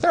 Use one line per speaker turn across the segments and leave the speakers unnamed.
there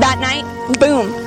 That night, boom,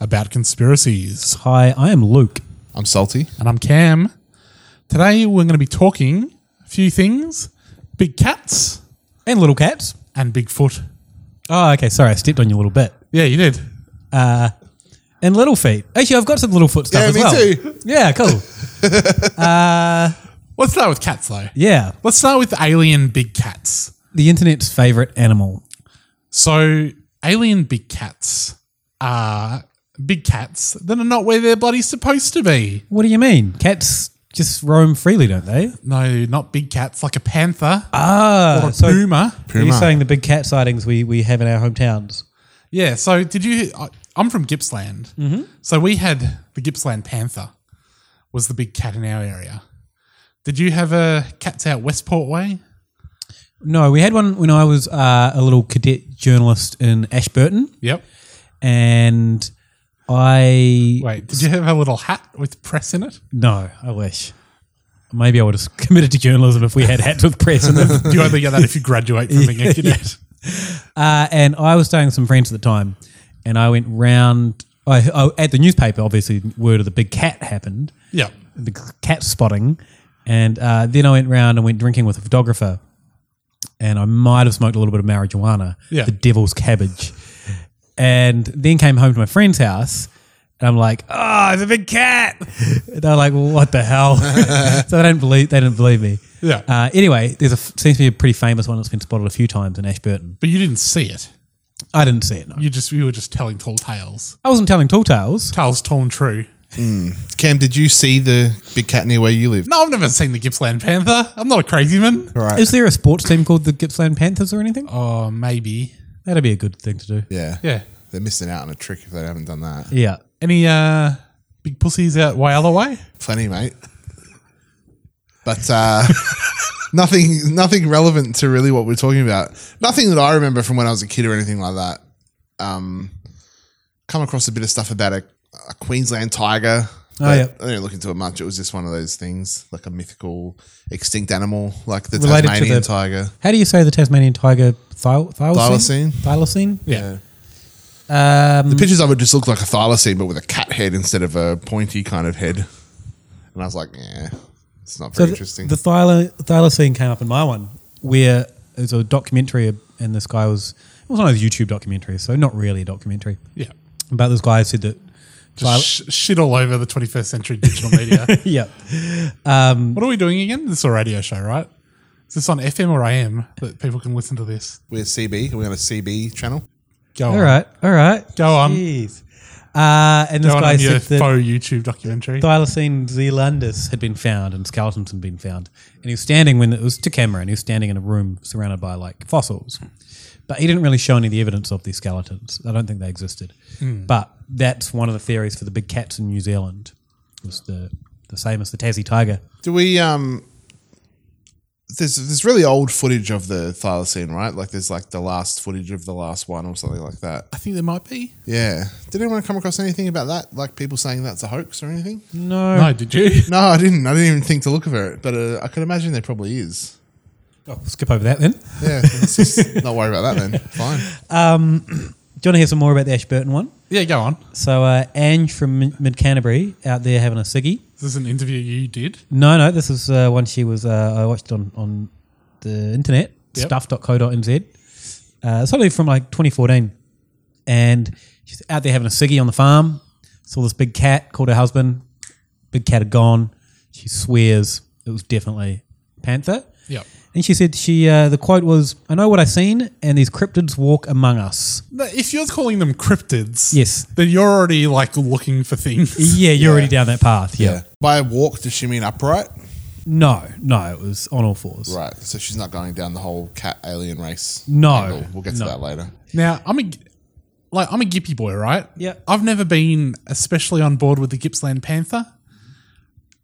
about conspiracies.
Hi, I am Luke.
I'm Salty.
And I'm Cam. Today we're going to be talking a few things big cats
and little cats
and Bigfoot.
Oh, okay. Sorry, I stepped on you a little bit.
Yeah, you did.
Uh, and little feet. Actually, I've got some little foot stuff
yeah,
as
me
well.
too.
Yeah, cool. uh,
Let's start with cats, though.
yeah,
Let's start with alien big cats.
the internet's favorite animal.
So, alien big cats are big cats that are not where they're bloody supposed to be.
What do you mean? Cats just roam freely, don't they?
No, not big cats, like a panther
Ah,
or a puma.
Are you saying the big cat sightings we, we have in our hometowns?
Yeah. So did you? I, I'm from Gippsland, mm-hmm. so we had the Gippsland panther was the big cat in our area. Did you have a cats out Westport way?
No, we had one when I was uh, a little cadet journalist in Ashburton,
Yep.
and I
Wait, did you have a little hat with press in it?
no, I wish. Maybe I would have committed to journalism if we had hats with press in them.
You only get that if you graduate from being a cadet.
Uh, and I was staying with some friends at the time, and I went round. I, I, at the newspaper, obviously, word of the big cat happened,
Yep.
the c- cat spotting, and uh, then I went round and went drinking with a photographer, and I might have smoked a little bit of marijuana,
Yeah.
the devil's cabbage, and then came home to my friend's house. And I'm like,
Ah,
oh, it's a big cat. And they're like, well, what the hell? so they didn't believe they didn't believe me.
Yeah.
Uh, anyway, there's a f- seems to be a pretty famous one that's been spotted a few times in Ashburton.
But you didn't see it.
I didn't see it. No.
You just you were just telling tall tales.
I wasn't telling tall tales.
Tales tall and true.
Cam, did you see the big cat near where you live?
No, I've never seen the Gippsland panther. I'm not a crazy man.
All right.
Is there a sports team called the Gippsland Panthers or anything?
Oh, maybe.
That'd be a good thing to do.
yeah.
Yeah.
They're missing out on a trick if they haven't done that.
Yeah.
Any uh big pussies out Wyala way?
Plenty, mate. But uh, nothing, nothing relevant to really what we're talking about. Nothing that I remember from when I was a kid or anything like that. Um, come across a bit of stuff about a, a Queensland tiger. but
Oh, yeah.
I didn't look into it much. It was just one of those things, like a mythical extinct animal, like the
Related to
Tasmanian
the- Mm.
tiger.
How do you say the Tasmanian tiger thil- thylacine?
Thylacine.
Thylacine.
Yeah.
Um,
The pictures of it just looked like a thylacine, but with a cat head instead of a pointy kind of head. And I was like, yeah, it's not
so
very
the,
interesting.
the thyla- thylacine came up in my one where there's a documentary and this guy was it was one of those YouTube documentaries, so not really a documentary.
Yeah.
But this guy said that
Just sh- shit all over the 21st century digital media.
yeah. Um,
What are we doing again? This is a radio show, right? Is this on FM or AM that people can listen to this?
We're CB. We're on a CB channel.
Go
All
on.
right, all right.
Go on.
Jeez. Uh, and this
Go on,
guy
on your
said that
faux YouTube documentary.
Thylacine zealandus had been found and skeletons had been found. And he was standing when it was to camera and he was standing in a room surrounded by like fossils. But he didn't really show any of the evidence of these skeletons. I don't think they existed.
Hmm.
But that's one of the theories for the big cats in New Zealand. It was the, the same as the Tassie tiger.
Do we um there's there's really old footage of the thylacine, right? Like there's like the last footage of the last one or something like that.
I think there might be.
Yeah. Did anyone come across anything about that? Like people saying that's a hoax or anything?
No.
No, did you?
No, I didn't. I didn't even think to look for it, but uh, I could imagine there probably is.
Oh, skip over that then.
Yeah, let's just not worry about that then. Fine.
Um, do you want to hear some more about the Ashburton one?
Yeah, go on.
So uh, Ange from Mid- Mid Canterbury out there having a ciggy.
Is this an interview you did?
No, no, this is uh, one she was. Uh, I watched on on the internet,
Yep.
stuff.co.nz. Uh, it's only from like 2014, and she's out there having a ciggy on the farm. Saw this big cat, called her husband. Big cat had gone. She swears it was definitely panther.
Yep.
And she said she uh, the quote was, "I know what I've seen, and these cryptids walk among us."
No, if you're calling them cryptids,
Yes.
then you're already like looking for things.
Yeah, you're already down that path. Yeah.
By walk, does she mean upright?
No, no, it was on all fours.
Right. So she's not going down the whole cat alien race.
No,
angle. We'll get to
no.
that later.
Now I'm a g- like I'm a Gippy boy, right?
Yeah.
I've never been especially on board with the Gippsland Panther.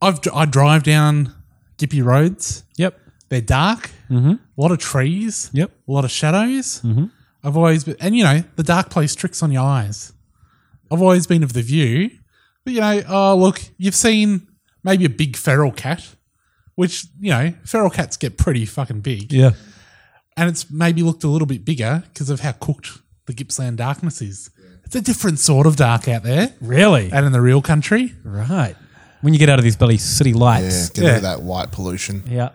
I've dr- I drive down Gippy roads.
Yep.
They're dark. Mm-hmm. A lot of trees.
Yep.
A lot of shadows. Mm-hmm. I've always been, and you know, the dark plays tricks on your eyes. I've always been of the view, but you know, oh look, you've seen maybe a big feral cat, which you know, feral cats get pretty fucking big
Yeah.
and it's maybe looked a little bit bigger because of how cooked the Gippsland darkness is. It's a different sort of dark out there,
Really?
and in the real country.
Right. When you get out of these bloody city
Yeah.
lights.
Get rid of that white pollution.
Yeah.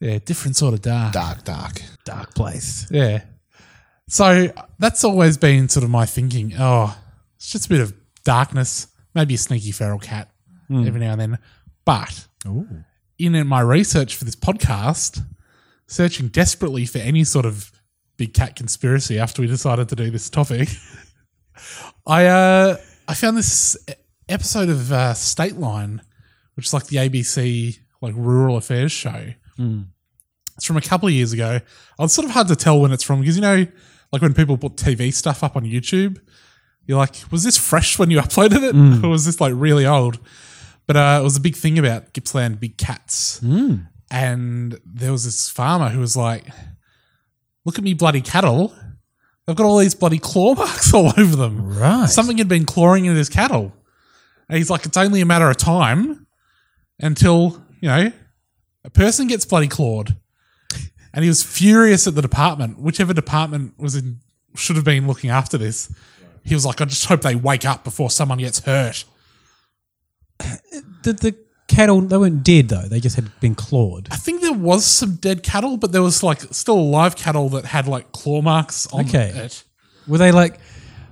Yeah, different sort of dark.
Dark, dark.
Dark place.
Yeah. So that's always been sort of my thinking. Oh, it's just a bit of darkness, maybe a sneaky feral cat every now and then. But in my research for this podcast, searching desperately for any sort of big cat conspiracy after we decided to do this topic, I uh, I found this e- episode of uh, State Line, which is like the ABC like rural affairs show. It's from a couple of years ago. It's sort of hard to tell when it's from because you know, like when people put TV stuff up on YouTube, you're like, was this fresh when you uploaded it, or was this like really old? But uh, it was a big thing about Gippsland big cats, and there was this farmer who was like, "Look at me bloody cattle! They've got all these bloody claw marks all over them.
Right.
Something had been clawing into his cattle." And he's like, "It's only a matter of time until you know a person gets bloody clawed." and he was furious at the department, whichever department was in should have been looking after this. He was like, I just hope they wake up before someone gets hurt.
Did the cattle, they weren't dead though. They just had been clawed.
I think there was some dead cattle, but there was like still live cattle that had like claw marks on
Okay.
it.
Were they like,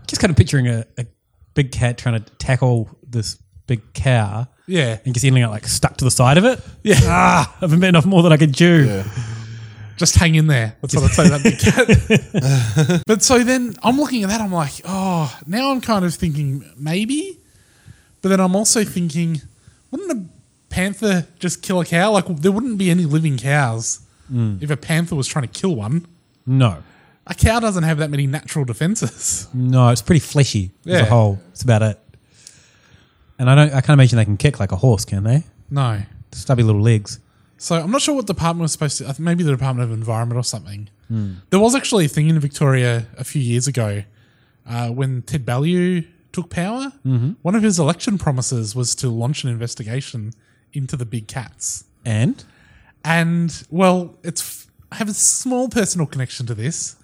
just kind of picturing a, a big cat trying to tackle this big cow
Yeah.
and just ending up like stuck to the side of it?
Yeah.
Ah, I haven't bitten off more than I could chew.
Just hang in there. That's what I'd say to that big cat. but so then I'm looking at that, I'm like, oh, now I'm kind of thinking maybe. But then I'm also thinking, wouldn't a panther just kill a cow? Like, there wouldn't be any living cows if a panther was trying to kill one.
No.
A cow doesn't have that many natural defenses.
No, it's pretty fleshy as
Yeah.
a whole. It's about it. And I don't, I can't imagine they can kick like a horse, can they?
No.
Stubby little legs.
So I'm not sure what department was supposed to. I think Maybe the Department of Environment or something. There was actually a thing in Victoria a few years ago uh, when Ted Ballew took power. One of his election promises was to launch an investigation into the big cats.
And?
And well, it's I have a small personal connection to this.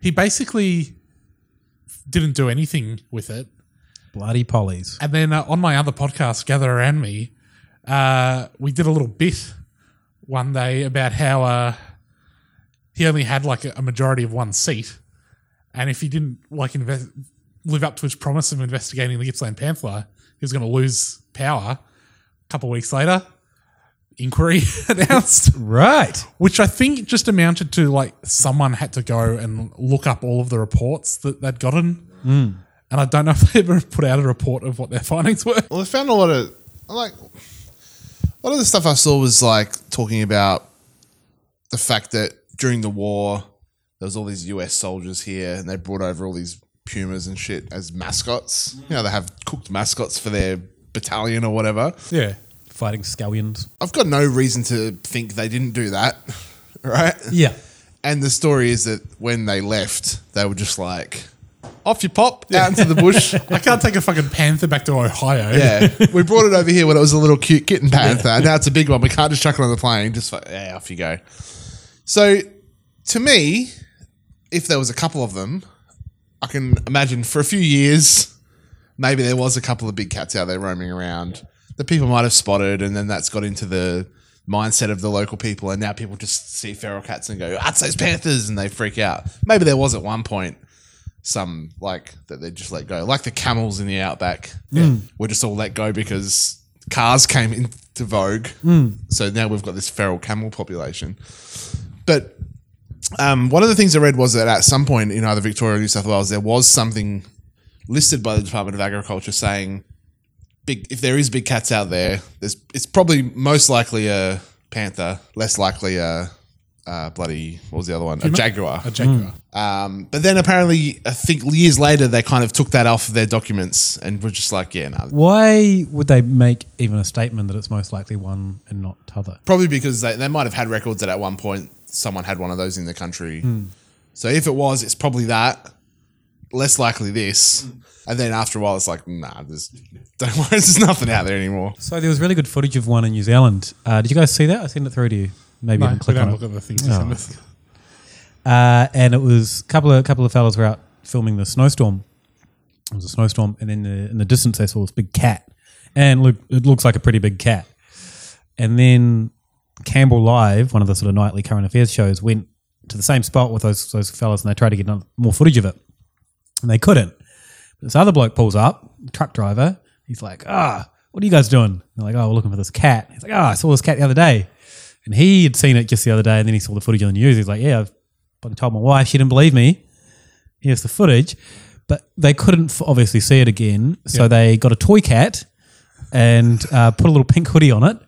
He basically didn't do anything with it.
Bloody pollies.
And then uh, on my other podcast, Gather Around Me, uh, we did a little bit one day about how uh, he only had like a majority of one seat. And if he didn't like invest, live up to his promise of investigating the Gippsland Panther, he was going to lose power. A couple of weeks later, inquiry announced,
Right.
which I think just amounted to like someone had to go and look up all of the reports that they'd gotten. And I don't know if they ever put out a report of what their findings were.
Well, I found a lot of like a lot of the stuff I saw was like talking about the fact that during the war there was all these U.S. soldiers here, and they brought over all these pumas and shit as mascots. You know, they have cooked mascots for their battalion or whatever.
Yeah.
Fighting scallions.
I've got no reason to think they didn't do that. right?
Yeah.
And the story is that when they left, they were just like, off you pop, out into the bush.
I can't take a fucking panther back to Ohio.
yeah, we brought it over here when it was a little cute kitten panther. Now it's a big one. We can't just chuck it on the plane. Just like, yeah, off you go. So, to me, if there was a couple of them, I can imagine for a few years, maybe there was a couple of big cats out there roaming around that people might have spotted, and then that's got into the mindset of the local people, and now people just see feral cats and go, "That's those panthers," and they freak out. Maybe there was at one point some like that they just let go, like the camels in the outback
Mm.
were just all let go because cars came into vogue.
Mm.
So now we've got this feral camel population. But um, one of the things I read was that at some point in either Victoria or New South Wales, there was something listed by the Department of Agriculture saying big if there is big cats out there, there's it's probably most likely a panther, less likely a, uh bloody what was the other one? A
Puma?
jaguar.
A jaguar.
Um, but then apparently, I think years later, they kind of took that off their documents and were just like, yeah, no.
Why would they make even a statement that it's most likely one and not t'other?
Probably because they, they might have had records that at one point someone had one of those in the country.
Hmm.
So if it was, it's probably that. Less likely this. And then after a while, it's like, nah, there's, don't worry, there's nothing out there anymore.
So there was really good footage of one in New Zealand. Uh, did you guys see that? I sent it through to you. Maybe you
No,
can
we
click
don't
on
look
it.
at the things you
No.
send us.
Uh, and it was a couple of couple of fellas were out filming the snowstorm. It was a snowstorm, and in the in the distance they saw this big cat, and look, it looks like a pretty big cat. And then Campbell Live, one of the sort of nightly current affairs shows, went to the same spot with those those fellas, and they tried to get another- more footage of it, and they couldn't. This other bloke pulls up, truck driver. He's like, ah, what are you guys doing? They're like, oh, we're looking for this cat. He's like, ah, I saw this cat the other day. And he had seen it just the other day, and then he saw the footage on the news. He's like, yeah, I've fucking told my wife. She didn't believe me. Here's the footage. But they couldn't f- obviously see it again. So
Yeah.
they got a toy cat and uh, put a little pink hoodie on it,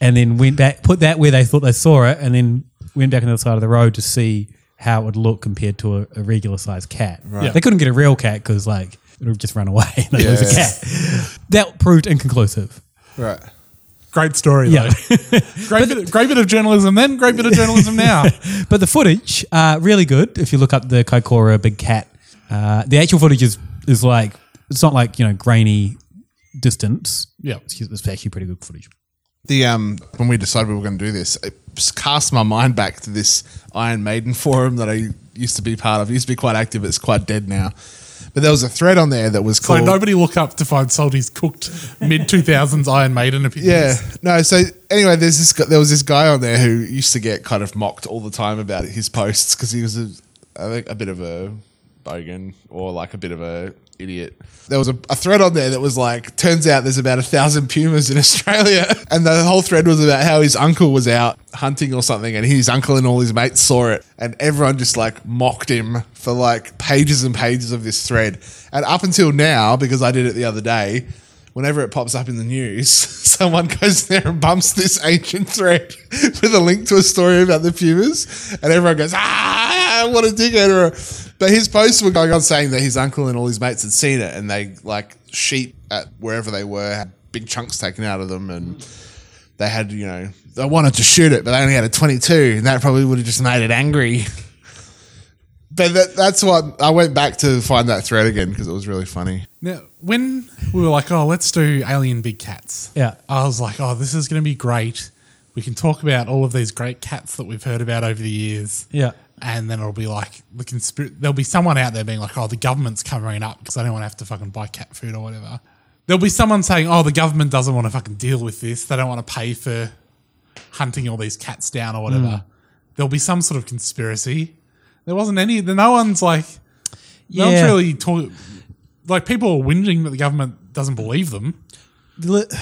and then went back, put that where they thought they saw it, and then went back on the other side of the road to see how it would look compared to a, a regular sized cat.
Right. Yeah.
They couldn't get a real cat because, like, it would just run away. and They'd
Yeah,
lose a
yeah.
cat. That proved inconclusive.
Right.
Great story,
Yeah.
though. great, bit, great bit of journalism then, great bit of journalism now.
but the footage, uh, really good. If you look up the Kaikoura big cat, uh, the actual footage is, is like, it's not like, you know, grainy distance.
Yeah.
It's, it's actually pretty good footage.
The um, when we decided we were going to do this, it just cast my mind back to this Iron Maiden forum that I used to be part of. It used to be quite active. It's quite dead now. But there was a thread on there that was
So
called.
nobody look up to find Salty's cooked mid 2000s Iron Maiden opinions.
Yeah. No. So anyway, there's this. gu- There was this guy on there who used to get kind of mocked all the time about his posts because he was a, I think a bit of a bogan or like a bit of a idiot. There was a, a thread on there that was like, turns out there's about a thousand pumas in Australia, and the whole thread was about how his uncle was out hunting or something, and his uncle and all his mates saw it, and everyone just like mocked him for like pages and pages of this thread, and up until now, because I did it the other day whenever it pops up in the news, someone goes there and bumps this ancient thread with a link to a story about the pumas, and everyone goes, ah, what a dickhead. or- But his posts were going on saying that his uncle and all his mates had seen it, and they, like, sheep at wherever they were had big chunks taken out of them, and they had, you know, they wanted to shoot it, but they only had a 22, and that probably would have just made it angry. But that, that's what I went back to find that thread again because it was really funny.
Now, when we were like, oh, let's do Alien Big Cats.
Yeah.
I was like, oh, this is going to be great. We can talk about all of these great cats that we've heard about over the years.
Yeah.
And then it'll be like the conspiracy. There'll be someone out there being like, oh, the government's covering up because I don't want to have to fucking buy cat food or whatever. There'll be someone saying, oh, the government doesn't want to fucking deal with this. They don't want to pay for hunting all these cats down or whatever.
Mm.
There'll be some sort of conspiracy. There wasn't any. No one's like, no one's
Yeah.
really talking. Like people are whinging that the government doesn't believe them.
the,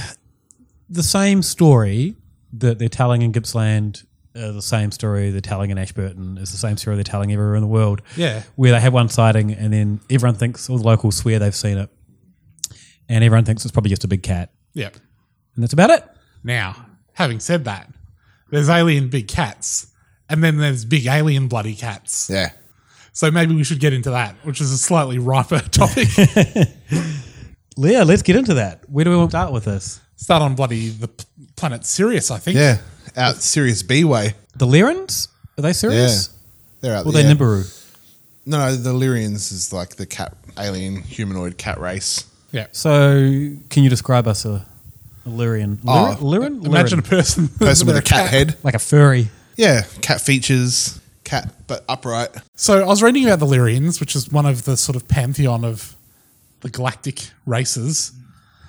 the same story that they're telling in Gippsland, uh, the same story they're telling in Ashburton is the same story they're telling everywhere in the world.
Yeah.
where they have one sighting and then everyone thinks all the locals swear they've seen it, and everyone thinks it's probably just a big cat,
Yep.
and that's about it.
Now, having said that, there's alien big cats, and then there's big alien bloody cats.
Yeah.
So maybe we should get into that, which is a slightly riper topic.
Leah, let's get into that. Where do we want to start with this?
Start on bloody the p- planet Sirius, I think.
Yeah, out Sirius B way.
The Lerans? Are they serious?
Yeah, they're out
Well,
there.
they're Nibiru.
No, no, the Lyrians is like the cat alien humanoid cat race.
Yeah.
So, can you describe us a, a Lyrian? Lyr- Lyran? Lyran.
Oh. person with a cat, head,
like a furry.
Yeah, cat features, cat but upright.
So I was reading about the Lyrians, which is one of the sort of pantheon of the galactic races.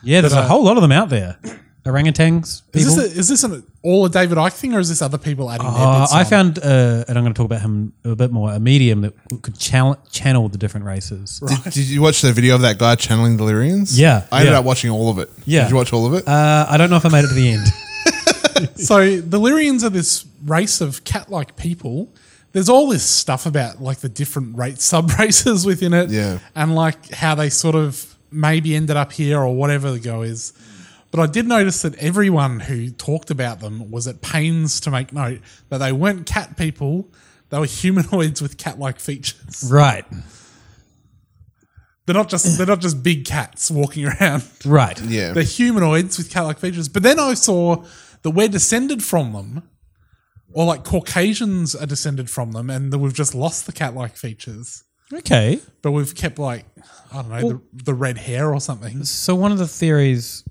Yeah, there's
But,
a
uh,
whole lot of them out there. Orangutans. People.
Is this, a, is this an all a David Icke thing, or is this other people adding their
Uh,
bits
I
on?
found, uh, and I'm going to talk about him a bit more, a medium that could channel, channel the different races.
Did, did you watch the video of that guy channeling the Lyrians?
Yeah,
I ended
yeah.
up watching all of it.
Yeah.
Did you watch all of it?
Uh, I don't know if I made it to the end.
so the Lyrians are this race of cat-like people. There's all this stuff about like the different rate sub-races within it,
Yeah.
and like how they sort of maybe ended up here or whatever the go is. But I did notice that everyone who talked about them was at pains to make note that they weren't cat people; they were humanoids with cat-like features.
Right.
They're not just they're not just big cats walking around.
Right.
Yeah.
They're humanoids with cat-like features. But then I saw that we're descended from them, or like Caucasians are descended from them, and that we've just lost the cat-like features.
Okay.
But we've kept like I don't know
Well-
the, the red hair or something.
So one of the theories.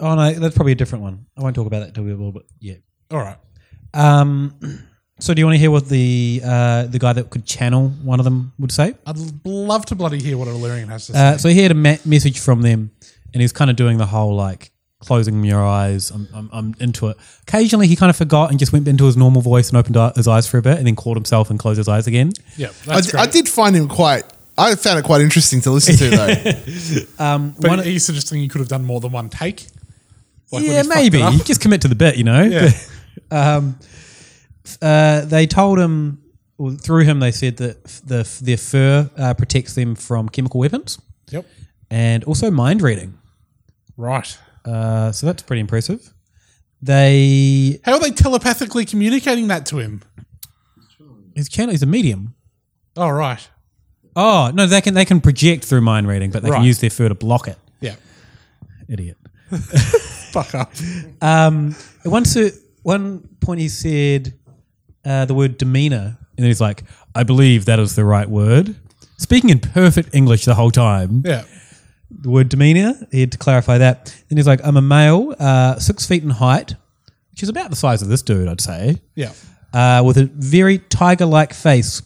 Oh no, that's probably a different one. I won't talk about that till we a little bit. Yeah.
All right.
Um. So do you want to hear what the uh, the guy that could channel one of them would say?
I'd l- love to bloody hear what Illyrian has to say.
Uh, so he had a me- message from them, and he was kind of doing the whole like closing your eyes. I'm, I'm, I'm into it. Occasionally, he kind of forgot and just went into his normal voice and opened up his eyes for a bit, and then caught himself and closed his eyes again.
Yeah,
I, d- I did find him quite. I found it quite interesting to listen to though.
um,
but
one-
are you suggesting you could have done more than one take? Like when
yeah,
he's fucked it
maybe
up?
just commit to the bit, you know.
Yeah.
um, f- uh, they told him, or through him, they said that f- the f- their fur uh, protects them from chemical weapons.
Yep.
And also mind reading.
Right.
Uh, so that's pretty impressive. They
How are they telepathically communicating that to him?
his channel is a medium.
Oh right.
Oh no, they can they can project through mind reading, but they
Right.
can use their fur to block it.
Yeah.
Idiot.
Fuck up.
Um, at one cer- one point he said uh, the word demeanor, and he's like, "I believe that is the right word." Speaking in perfect English the whole time.
Yeah.
The word demeanor, he had to clarify that. Then he's like, "I'm a male, uh, six feet in height, which is about the size of this dude, I'd say."
Yeah.
uh, with a very tiger-like face.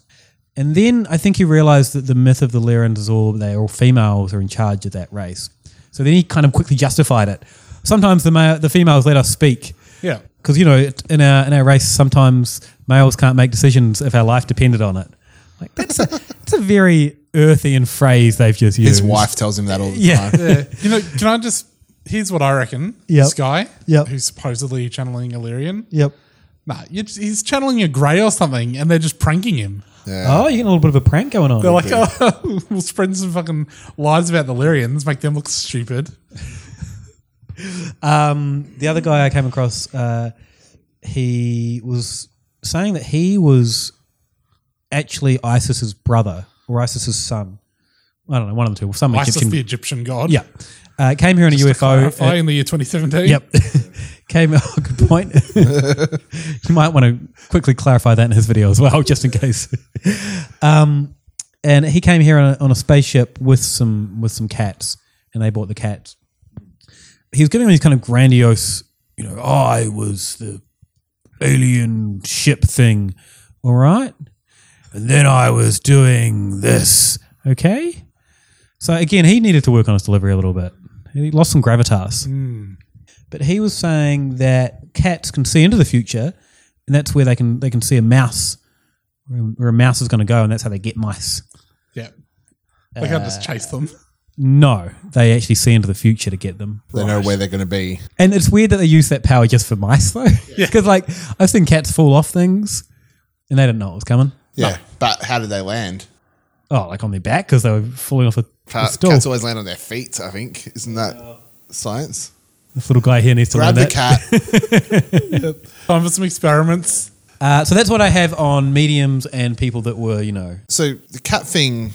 And then I think he realized that the myth of the Lyrans is all they are all females are in charge of that race. So then he kind of quickly justified it. Sometimes the male, the females let us speak.
Yeah.
Because you know, it- in our in our race, sometimes males can't make decisions if our life depended on it. Like that's a that's a very earthian phrase they've just used.
His wife tells him that all the
Yeah.
time.
Yeah. you know, can I just? Here's what I reckon.
Yep.
This guy,
Yep.
who's supposedly channeling Illyrian.
Yep.
Nah, you just- he's channeling a grey or something, and they're just pranking him.
Oh, you're getting a little bit of a prank going on.
They're like, oh, we'll spread some fucking lies about the Lyrians, make them look stupid.
Um, the other guy I came across, uh, he was saying that he was actually Isis's brother or Isis's son. I don't know, one of the two. Some
Isis,
Egyptian.
the Egyptian god.
Yeah, uh, came here in
Just
a
to
UFO.
clarify,
uh,
in the year 2017.
Yep. Came. Oh, good point. you might want to quickly clarify that in his video as well, just in case. um, and he came here on a, on a spaceship with some with some cats, and they bought the cats. He was giving me these kind of grandiose, you know, "Oh, I was the alien ship thing, all right, and then I was doing this, okay. So again, he needed to work on his delivery a little bit. He lost some gravitas.
Hmm.
But he was saying that cats can see into the future, and that's where they can they can see a mouse, where, where a mouse is going to go, and that's how they get mice. Uh,
Yeah. They can't just chase them.
No, they actually see into the future to get them.
They know where they're going to be.
And it's weird that they use that power just for mice though, because like I've seen cats fall off things, and they didn't know it was coming.
Yeah, but how did they land?
Oh, like on their back because they were falling off a, a
Cat,
stool.
cats always land on their feet. I think isn't that science?
This little guy here needs to
Grab
learn
the
that.
Time for some experiments.
Uh, so that's what I have on mediums and people that were, you know,
So the cat thing.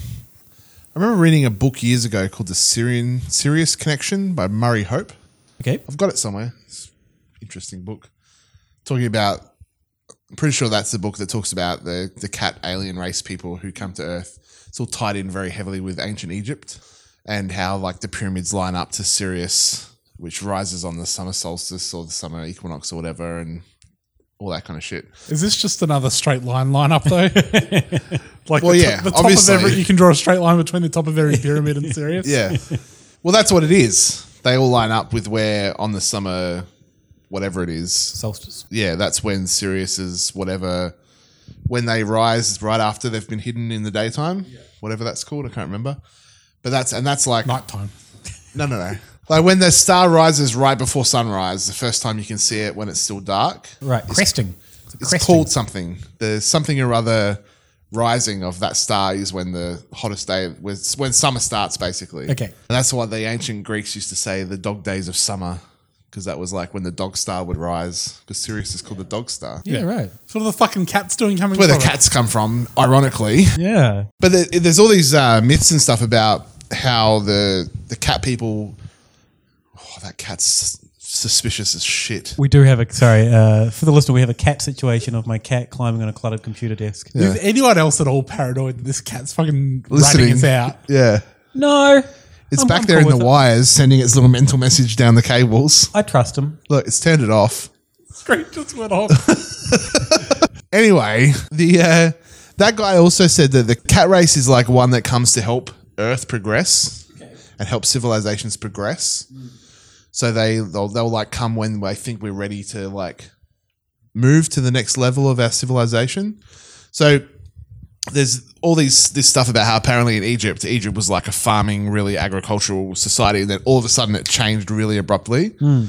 I remember reading a book years ago called The Syrian Sirius Connection by Murray Hope.
Okay,
I've got it somewhere. It's an interesting book, talking about I'm pretty sure that's the book that talks about the the cat alien race people who come to Earth. It's all tied in very heavily with ancient Egypt and how like the pyramids line up to Sirius, which rises on the summer solstice or the summer equinox or whatever, and all that kind of shit.
Is this just another straight line lineup though? like
Well,
the, to-
yeah,
the top
obviously.
of every you can draw a straight line between the top of every pyramid and Sirius.
Yeah. Well, that's what it is. They all line up with where on the summer, whatever it is,
solstice.
Yeah, that's when Sirius is whatever. When they rise is right after they've been hidden in the daytime, whatever that's called, I can't remember. But that's and that's like
nighttime.
No, no, no. Like when the star rises right before sunrise, the first time you can see it when it's still dark.
Right, cresting.
It's called something. The something or other rising of that star is when the hottest day, when, when summer starts, basically.
Okay.
And that's why the ancient Greeks used to say the dog days of summer, because that was like when the dog star would rise, because Sirius is called the dog star.
right.
So what are the fucking cats doing coming
That's where the
from it?
cats come from, ironically.
Yeah.
But the, there's all these uh, myths and stuff about how the the cat people. Oh, that cat's suspicious as shit.
We do have a sorry uh, for the listener. We have a cat situation of my cat climbing on a cluttered computer desk.
Is anyone else at all paranoid that this cat's fucking ratting
Listening,
us out?
Yeah.
No.
It's
I'm-
back
I'm
there
cool
in
with
the
it.
wires, sending its little mental message down the cables.
I trust him.
Look, it's turned it off.
Screen just went off.
Anyway, the uh, that guy also said that the cat race is like one that comes to help Earth progress and help civilizations progress.
Hmm.
So they they'll, they'll like come when they think we're ready to like move to the next level of our civilization. So there's all these this stuff about how apparently in Egypt, Egypt was like a farming, really agricultural society, and then all of a sudden it changed really abruptly.
Hmm.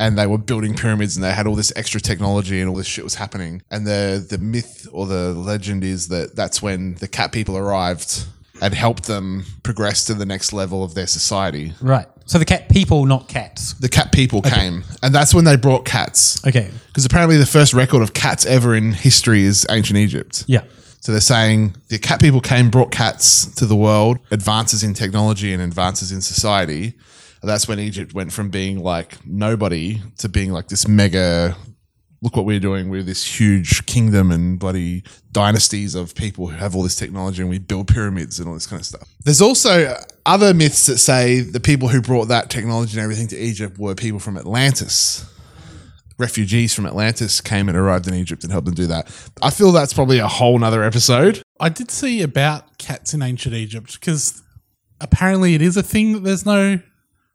And they were building pyramids, and they had all this extra technology, and all this shit was happening. And the the myth or the legend is that that's when the cat people arrived and helped them progress to the next level of their society.
Right. So the cat people, not cats.
The cat people came, and that's when they brought cats.
Okay.
Because apparently the first record of cats ever in history is ancient Egypt.
Yeah.
So they're saying the cat people came, brought cats to the world, advances in technology and advances in society. And that's when Egypt went from being like nobody to being like this mega, look what we're doing. We're this huge kingdom and bloody dynasties of people who have all this technology and we build pyramids and all this kind of stuff. There's also other myths that say the people who brought that technology and everything to Egypt were people from Atlantis refugees from Atlantis came and arrived in Egypt and helped them do that. I feel that's probably a whole nother episode.
I did see about cats in ancient Egypt because apparently it is a thing that there's no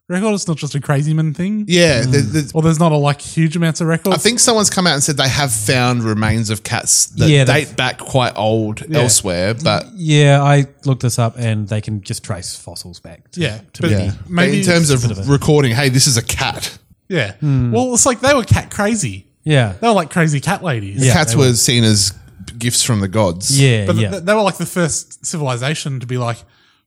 record. It's not just a crazy man thing.
Yeah, Mm. there-
or there's not a like huge amounts of records.
I think someone's come out and said they have found remains of cats that
Yeah, they've-
date back quite old
Yeah.
elsewhere, but
Yeah, I looked this up, and they can just trace fossils back. To,
Yeah,
to
but
be-
Yeah. maybe-
in terms
It's a bit
of recording, hey, this is a cat.
Yeah.
Hmm.
Well, it's like they were cat crazy.
Yeah.
They were like crazy cat ladies.
The cats were seen as gifts from the gods.
But th- they were like the first civilization to be like,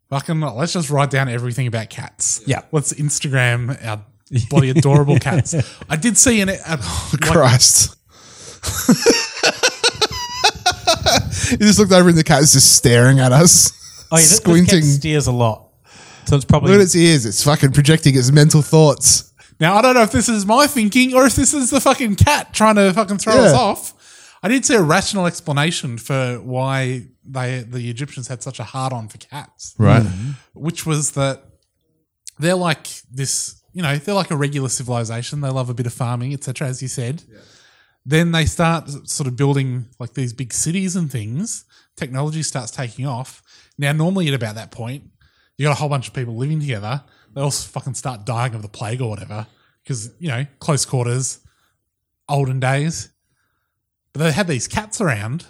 fucking, let's just write down everything about cats.
Yeah.
Let's Instagram our bloody adorable cats. I did see in it. A, like-
Christ. he just looked over and the cat is just staring at us,
Oh, yeah, this, this
squinting.
cat steers a lot, so it's probably
Look at its ears. It's fucking projecting its mental thoughts.
Now I don't know if this is my thinking or if this is the fucking cat trying to fucking throw
Yeah.
us off. I did see a rational explanation for why they the Egyptians had such a hard on for cats,
Right. Mhm.
Mm-hmm. Which was that they're like this, you know, they're like a regular civilization. They love a bit of farming, etc. As you said, then they start sort of building like these big cities and things. Technology starts taking off. Now, normally at about that point, you got a whole bunch of people living together. They all fucking start dying of the plague or whatever because you know close quarters, olden days. But they had these cats around.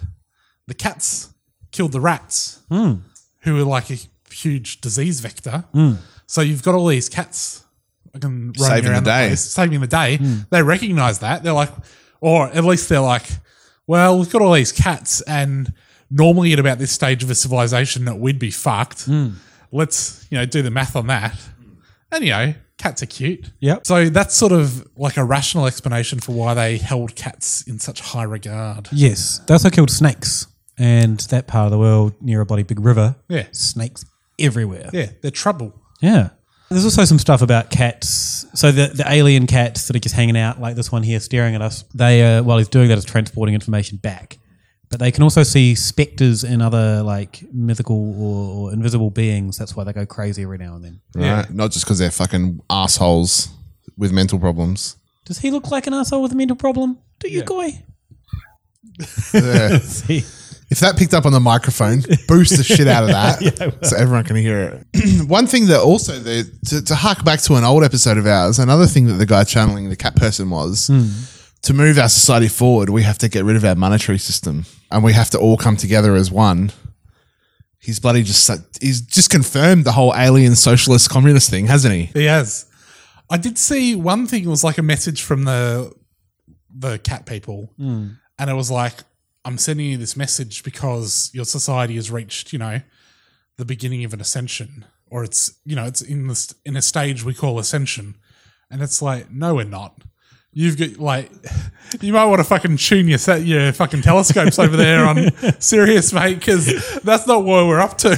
The cats killed the rats,
Hmm.
who were like a huge disease vector.
Hmm.
So you've got all these cats fucking running
Saving the
around the
day.
place, saving the day.
Hmm.
They recognize that. They're like, or at least they're like, well, we've got all these cats, and normally at about this stage of a civilization, that we'd be fucked.
Hmm.
Let's, you know, do the math on that. And, you know, cats are cute.
Yep.
So that's sort of like a rational explanation for why they held cats in such high regard.
Yes, they also killed snakes, and that part of the world near a bloody big river.
Yeah.
snakes everywhere.
Yeah. They're trouble.
Yeah. There's also some stuff about cats. So the, the alien cats that are just hanging out, like this one here staring at us, they, uh, while he's doing that, is transporting information back. But they can also see specters and other like mythical or, or invisible beings. That's why they go crazy every now and then.
Right? Not just because they're fucking assholes with mental problems.
Does he look like an asshole with a mental problem? Do you, guy?
Yeah. if that picked up on the microphone, boost the shit out of that
Yeah, it
so everyone can hear it. One thing that also, the, to, to hark back to an old episode of ours, another thing that the guy channeling the cat person was
Hmm.
to move our society forward, we have to get rid of our monetary system and we have to all come together as one. He's bloody just, he's just confirmed the whole alien socialist communist thing, hasn't he?
He has. I did see one thing. It was like a message from the the cat people,
Hmm.
and it was like, "I'm sending you this message because your society has reached, you know, the beginning of an ascension, or it's, you know, it's in this in a stage we call ascension." And it's like, no, we're not. You've got like, you might want to fucking tune your set, your fucking telescopes over there on Sirius, mate, because that's not what we're up to.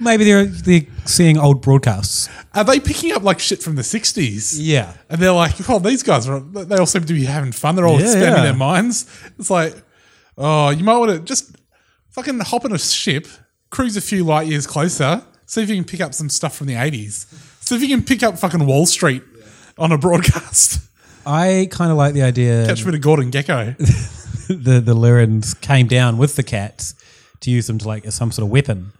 Maybe they're they're seeing old broadcasts.
Are they picking up like shit from the sixties?
Yeah.
and they're like, oh, these guys are. They all seem to be having fun. They're all
Yeah,
expanding
yeah.
their minds. It's like, oh, you might want to just fucking hop on a ship, cruise a few light years closer, see if you can pick up some stuff from the eighties. See if you can pick up fucking Wall Street on a broadcast.
I kind of like the idea.
Catch a bit of Gordon Gecko.
the the Lurins came down with the cats to use them to like as some sort of weapon.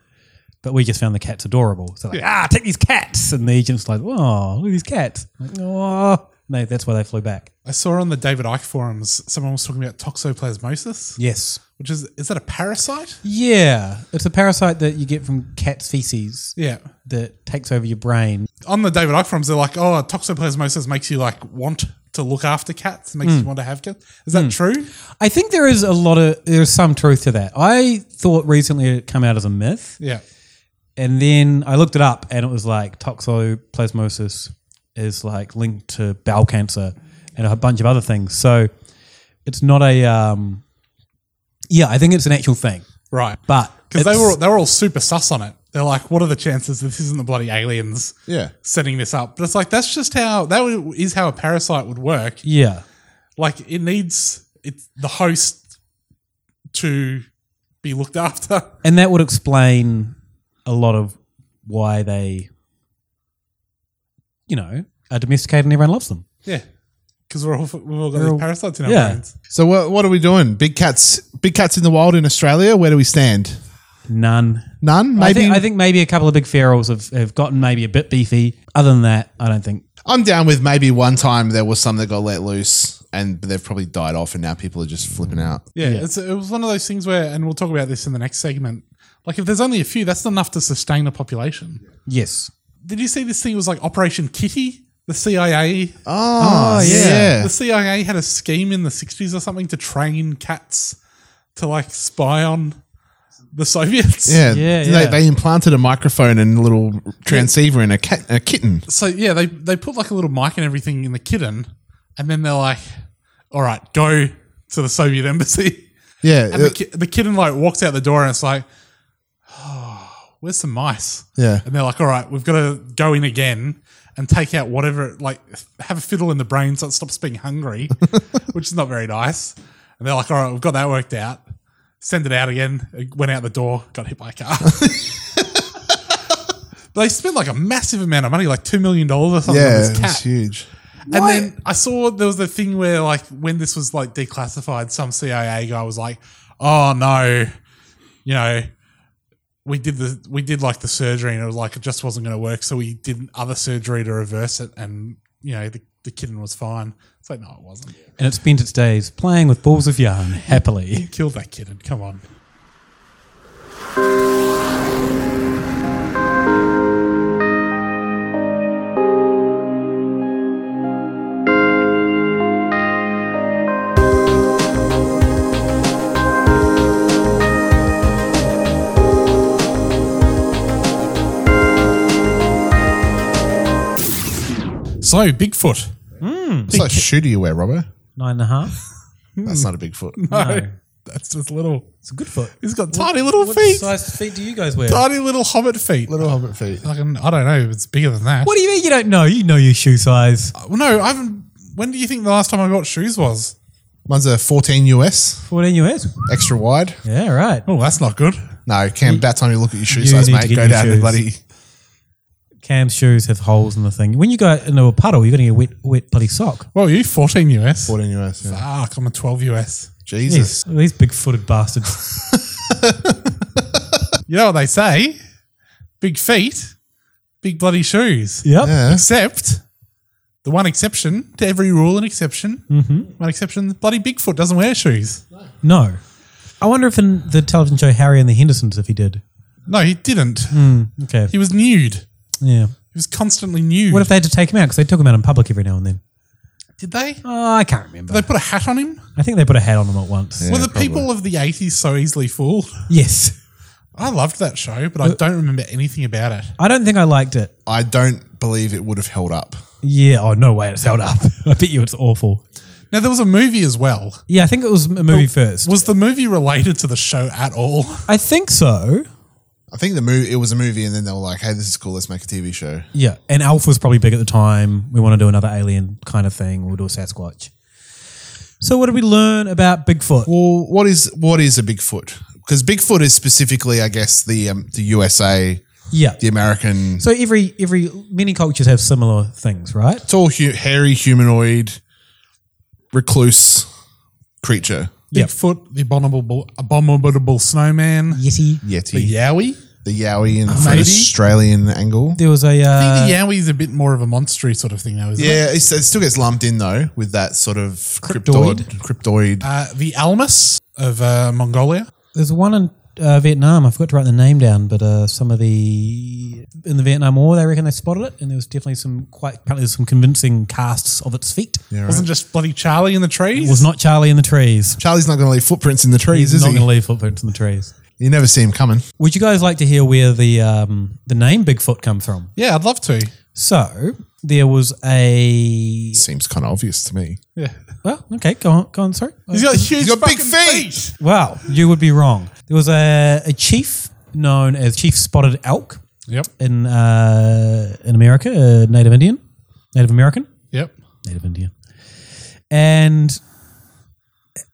But we just found the cats adorable. So like, ah, take these cats, and the agent's like, oh, look at these cats. Like, oh, no, that's why they flew back.
I saw on the David Icke forums someone was talking about toxoplasmosis.
Yes.
which is is that a parasite?
Yeah, it's a parasite that you get from cat's feces.
Yeah.
that takes over your brain.
on the David Icke forums, they're like, oh, toxoplasmosis makes you like want to look after cats, makes
Mm.
you want to have cats. Is that
Mm.
true?
I think there is a lot of there's some truth to that. I thought recently it come out as a myth.
Yeah.
And then I looked it up and it was like toxoplasmosis is like linked to bowel cancer and a bunch of other things. So it's not a um yeah, I think it's an actual thing.
Right.
But
Because they
it's-
were they were all super sus on it. They're like, what are the chances this isn't the bloody aliens?
Yeah.
setting this up. But it's like that's just how that would- is how a parasite would work.
Yeah.
like it needs it the host to be looked after.
And that would explain a lot of why they you know, are domesticated and everyone loves them.
Yeah, because we're all we've all got
They're
these
all-
parasites in our brains.
So what what are we doing? Big cats, big cats in the wild in Australia. Where do we stand?
None.
None. Maybe.
I think, I think maybe a couple of big ferals have, have gotten maybe a bit beefy. Other than that, I don't think
I'm down with maybe one time there was some that got let loose and they've probably died off and now people are just flipping out.
Yeah, It's, it was one of those things where, and we'll talk about this in the next segment. Like, if there's only a few, that's not enough to sustain a population.
Yes.
Did you see this thing was like Operation Kitty? The CIA.
Oh, Oh, yeah. yeah.
The CIA had a scheme in the 60s or something to train cats to like spy on the Soviets.
Yeah. They, they implanted a microphone and a little transceiver in a cat, a kitten.
so yeah, they they put like a little mic and everything in the kitten, and then they're like, "All right, go to the Soviet embassy."
Yeah,
and the,
it-
ki- the kitten like walks out the door, and it's like, "Oh, where's some mice?"
Yeah.
and they're like, "All right, we've got to go in again." And take out whatever, like, have a fiddle in the brain so it stops being hungry, which is not very nice. And they're like, all right, we've got that worked out. Send it out again. It went out the door, got hit by a car. But they spent like a massive amount of money, like two million dollars or something.
Yeah,
on this
it
cat.
was huge.
And then I saw there was the thing where like when this was like declassified, some CIA guy was like, "Oh no, you know, we did the we did like the surgery and it was like it just wasn't going to work, so we did other surgery to reverse it, and you know the, the kitten was fine." It's like no, it wasn't.
And it spent its days playing with balls of yarn happily.
Kill that kitten. Come on. So Bigfoot.
What size shoe do you wear, Robert?
Nine and a half.
Hmm.
That's not a Bigfoot.
No.
That's just little.
It's a good foot.
He's got
What-
tiny little
what
feet.
size feet do you guys wear?
Tiny little hobbit feet.
Little hobbit feet.
Fucking, I don't know. It's bigger than that. Uh,
What do you mean you don't know? You know your shoe size.
Well, no, I haven't. When do you think the last time I got shoes was?
Mine's a 14 US.
14 US.
Extra wide.
Yeah, right.
Oh, that's not good.
No, Cam, about time you look at your shoe
You
size,
need to
mate.
get
Go
new
down to
shoes.
bloody.
Cam's shoes have holes in the thing. When you go into a puddle, you're going to get wet, wet bloody sock.
Well, you 14 US.
14 US. Yeah.
Fuck, Ah, I'm a 12 US.
Jesus.
These, these big footed bastards.
You know what they say? Big feet, big bloody shoes.
Yep. Yeah.
Except the one exception to every rule and exception. One exception, bloody Bigfoot doesn't wear shoes.
Mm-hmm. no. I wonder if in the television show Harry and the Hendersons, if he did.
No, he didn't.
Hmm, Okay.
He was nude. He
yeah.
was constantly nude.
What if they had to take him out? Because they took him out in public every now and then.
Did they?
Oh, I can't remember.
Did they put a hat on him?
I think they put a hat on him at once.
Were the people of the 80s so easily fooled?
Yes.
I loved that show, but I don't remember anything about it.
I don't think I liked it.
I don't believe it would have held up.
Yeah. Oh, no way. It's held up. I bet you it's awful.
Now, there was a movie as well.
Yeah, I think it was a movie first.
Was the movie related to the show at all?
I think so.
I think the movie it was a movie, and then they were like, "Hey, this is cool. Let's make a TV show."
Yeah. And Alf was probably big at the time. We want to do another alien kind of thing. We'll do a Sasquatch. So, what did we learn about Bigfoot?
Well, what is what is a Bigfoot? Because Bigfoot is specifically, I guess, the um, the USA,
Yeah.
the American.
So every every many cultures have similar things, right?
it's all hu- hairy humanoid, recluse creature.
Bigfoot, the abominable, abominable snowman,
Yeti.
Yeti,
the Yowie.
the Yowie, and the
Maybe.
Australian angle.
There was a
I
uh,
think the Yowie's a bit more of a monstery sort of thing, though, isn't it?
Yeah, it's, it still gets lumped in though with that sort of cryptoid.
Cryptoid.
Cryptoid.
Uh, the Almas of uh, Mongolia.
there's one in uh, Vietnam. I forgot to write the name down, but uh, some of the in the Vietnam War, they reckon they spotted it, and there was definitely some quite apparently there's some convincing casts of its feet.
Yeah, right.
Wasn't just bloody Charlie in the trees.
It was not Charlie in the trees.
Charlie's not going to leave footprints in the trees, is
He's not
he?
going to leave footprints in the trees.
you never see him coming.
Would you guys like to hear where the um, the name Bigfoot come from?
Yeah, I'd love to.
So there was a
Seems kind of obvious to me.
Yeah.
well, okay, go on, go on. Sorry,
He's got huge,
got big
fucking
feet.
Wow, you would be wrong. There was a, a chief known as Chief Spotted Elk
Yep.
in uh, in America, a Native Indian, Native American,
Yep.
Native Indian, and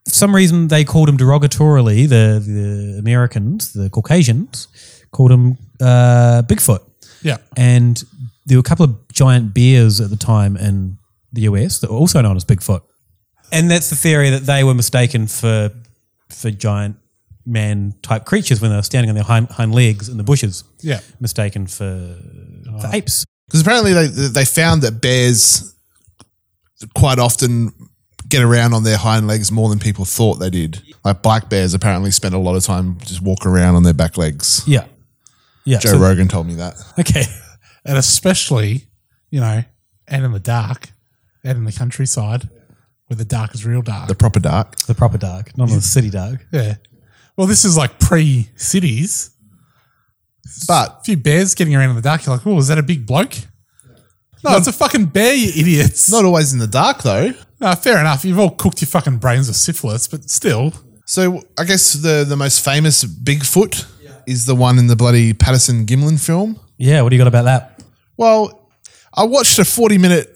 for some reason they called him derogatorily the the Americans, the Caucasians, called him uh, Bigfoot,
Yeah.
and there were a couple of giant bears at the time in the US that were also known as Bigfoot, and that's the theory that they were mistaken for for giant man type creatures when they were standing on their hind, hind legs in the bushes,
Yeah.
mistaken for for apes.
Because apparently they they found that bears quite often get around on their hind legs more than people thought they did. Like black bears apparently spend a lot of time just walking around on their back legs.
Yeah, yeah.
Joe
so-
Rogan told me that.
Okay,
And especially, you know, out in the dark, out in the countryside, where the dark is real dark.
The proper dark.
the proper dark, not the city dark.
yeah. Well, this is like pre cities.
But
A few bears getting around in the dark. You're like, oh, is that a big bloke? No, it's a fucking bear, you idiots.
not always in the dark though.
No, fair enough. You've all cooked your fucking brains with syphilis, but still.
So I guess the the most famous Bigfoot is the one in the bloody Patterson Gimlin film.
Yeah, what do you got about that?
Well, I watched a 40 minute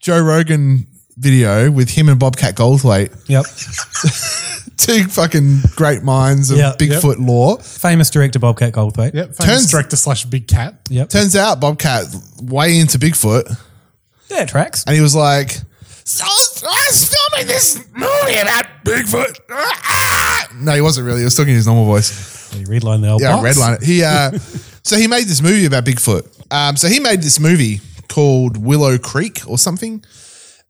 Joe Rogan video with him and Bobcat Goldthwait,
Yep,
two fucking great minds of
Yeah.
Bigfoot lore.
famous director Bobcat Goldthwait.
Yep. Famous
Turns-
director slash big cat.
Yep,
Turns out Bobcat way into Bigfoot,
yeah, it tracks.
and he was like, "So I was filming this movie about Bigfoot." Ah! No, he wasn't really. He was talking in his normal voice.
He redlined the old
Yeah,
box.
redline it. He uh, so he made this movie about Bigfoot. Um, so he made this movie called Willow Creek or something.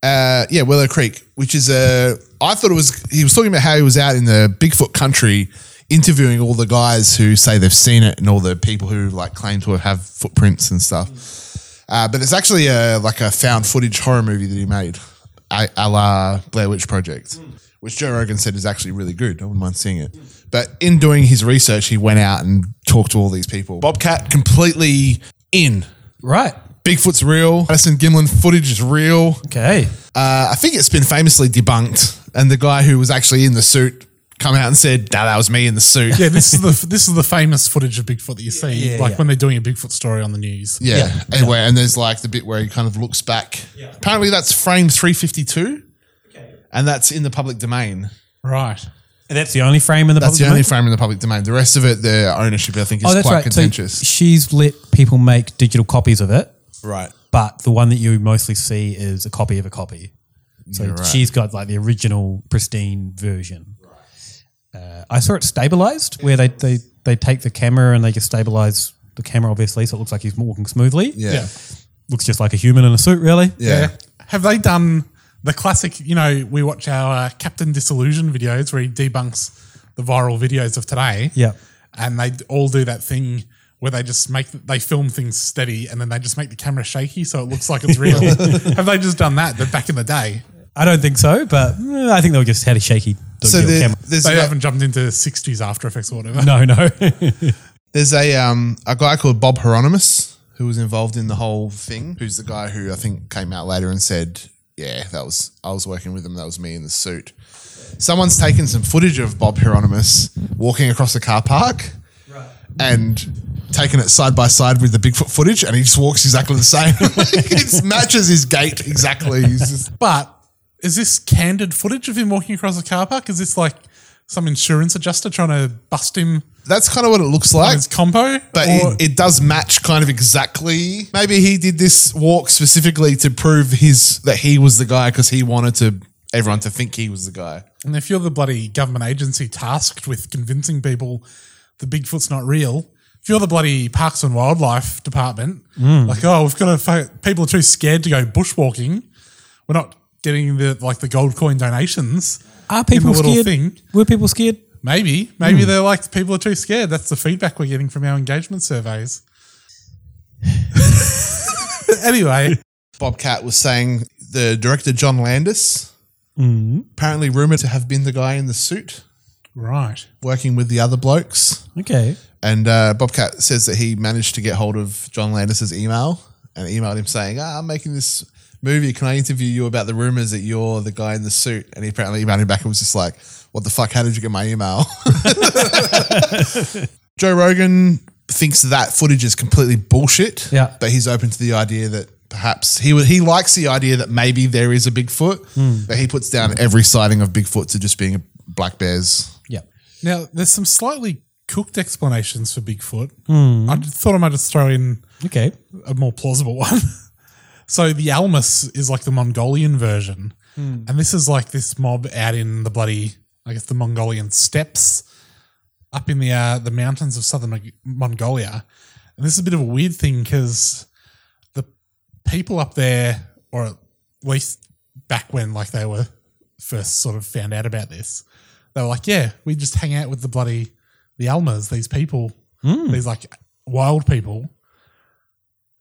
Uh, yeah, Willow Creek, which is a. I thought it was. He was talking about how he was out in the Bigfoot country interviewing all the guys who say they've seen it and all the people who like claim to have footprints and stuff. Uh, but it's actually a like a found footage horror movie that he made, a, a la Blair Witch Project, which Joe Rogan said is actually really good. I wouldn't mind seeing it. But in doing his research, he went out and talked to all these people. Bobcat completely in.
Right.
Bigfoot's real. Addison Gimlin footage is real.
Okay.
Uh, I think it's been famously debunked, and the guy who was actually in the suit come out and said, nah, that was me in the suit.
yeah, this is the this is the famous footage of Bigfoot that you see,
Yeah, yeah,
like
yeah.
when they're doing a Bigfoot story on the news.
Yeah. And, Where, and there's like the bit where he kind of looks back. Apparently, that's frame 352. And that's in the public domain.
Right.
And that's the only frame in the
That's
public
the only
domain?
frame in the public domain. The rest of it, the ownership, I think, is
oh, that's
quite
right.
contentious.
So she's let people make digital copies of it.
Right.
But the one that you mostly see is a copy of a copy. So
You're right.
she's got like the original pristine version. Uh, I saw it stabilized where they, they, they take the camera and they just stabilize the camera, obviously. So it looks like he's walking smoothly.
Yeah. Yeah.
Looks just like a human in a suit, really.
Have they done the classic? You know, we watch our uh, Captain Disillusion videos where he debunks the viral videos of today.
Yeah.
And they all do that thing where they just make they film things steady and then they just make the camera shaky so it looks like it's real. Have they just done that? But back in the day,
I don't think so, but eh, I think they just had a shaky digital camera.
they haven't jumped into 60s After Effects or whatever.
No, no.
There's a um, a guy called Bob Hieronymus who was involved in the whole thing. Who's the guy who I think came out later and said, "Yeah, that was I was working with him. That was me in the suit." Someone's taken some footage of Bob Hieronymus walking across a car park, and taken it side by side with the Bigfoot footage, and he just walks exactly the same. it matches his gait exactly. He's just
But is this candid footage of him walking across a car park? Is this like some insurance adjuster trying to bust him?
That's kind of what it looks like.
It's compo,
But
Or-
it, it does match kind of exactly. Maybe he did this walk specifically to prove his that he was the guy because he wanted to everyone to think he was the guy.
and if you're the bloody government agency tasked with convincing people the Bigfoot's not real, if you're the bloody Parks and Wildlife Department,
Mm.
like oh, we've got to fo- people are too scared to go bushwalking. We're not getting the like the gold coin donations.
Are
in
people
the little
scared?
thing?
Were people scared?
Maybe, maybe
Hmm.
they're like people are too scared. That's the feedback we're getting from our engagement surveys. anyway,
Bobcat was saying the director John Landis apparently rumored to have been the guy in the suit,
right?
working with the other blokes.
Okay.
And uh, Bobcat says that he managed to get hold of John Landis's email and emailed him saying, ah, "I'm making this movie. Can I interview you about the rumors that you're the guy in the suit?" And he apparently emailed him back and was just like, "What the fuck? How did you get my email?" Joe Rogan thinks that footage is completely bullshit.
Yeah.
but he's open to the idea that. Perhaps he would- he likes the idea that maybe there is a Bigfoot,
Hmm.
but he puts down every sighting of Bigfoot to just being a black bears.
Now, there's some slightly cooked explanations for Bigfoot.
Hmm.
I thought I might just throw in
okay
a more plausible one. so the Almas is like the Mongolian version,
Hmm.
and this is like this mob out in the bloody, I guess, the Mongolian steppes, up in the uh, the mountains of southern Mo- Mongolia. And this is a bit of a weird thing because the people up there, or at least back when like they were first sort of found out about this, they were like, yeah, we just hang out with the bloody the Almas, these people,
Mm.
these like wild people,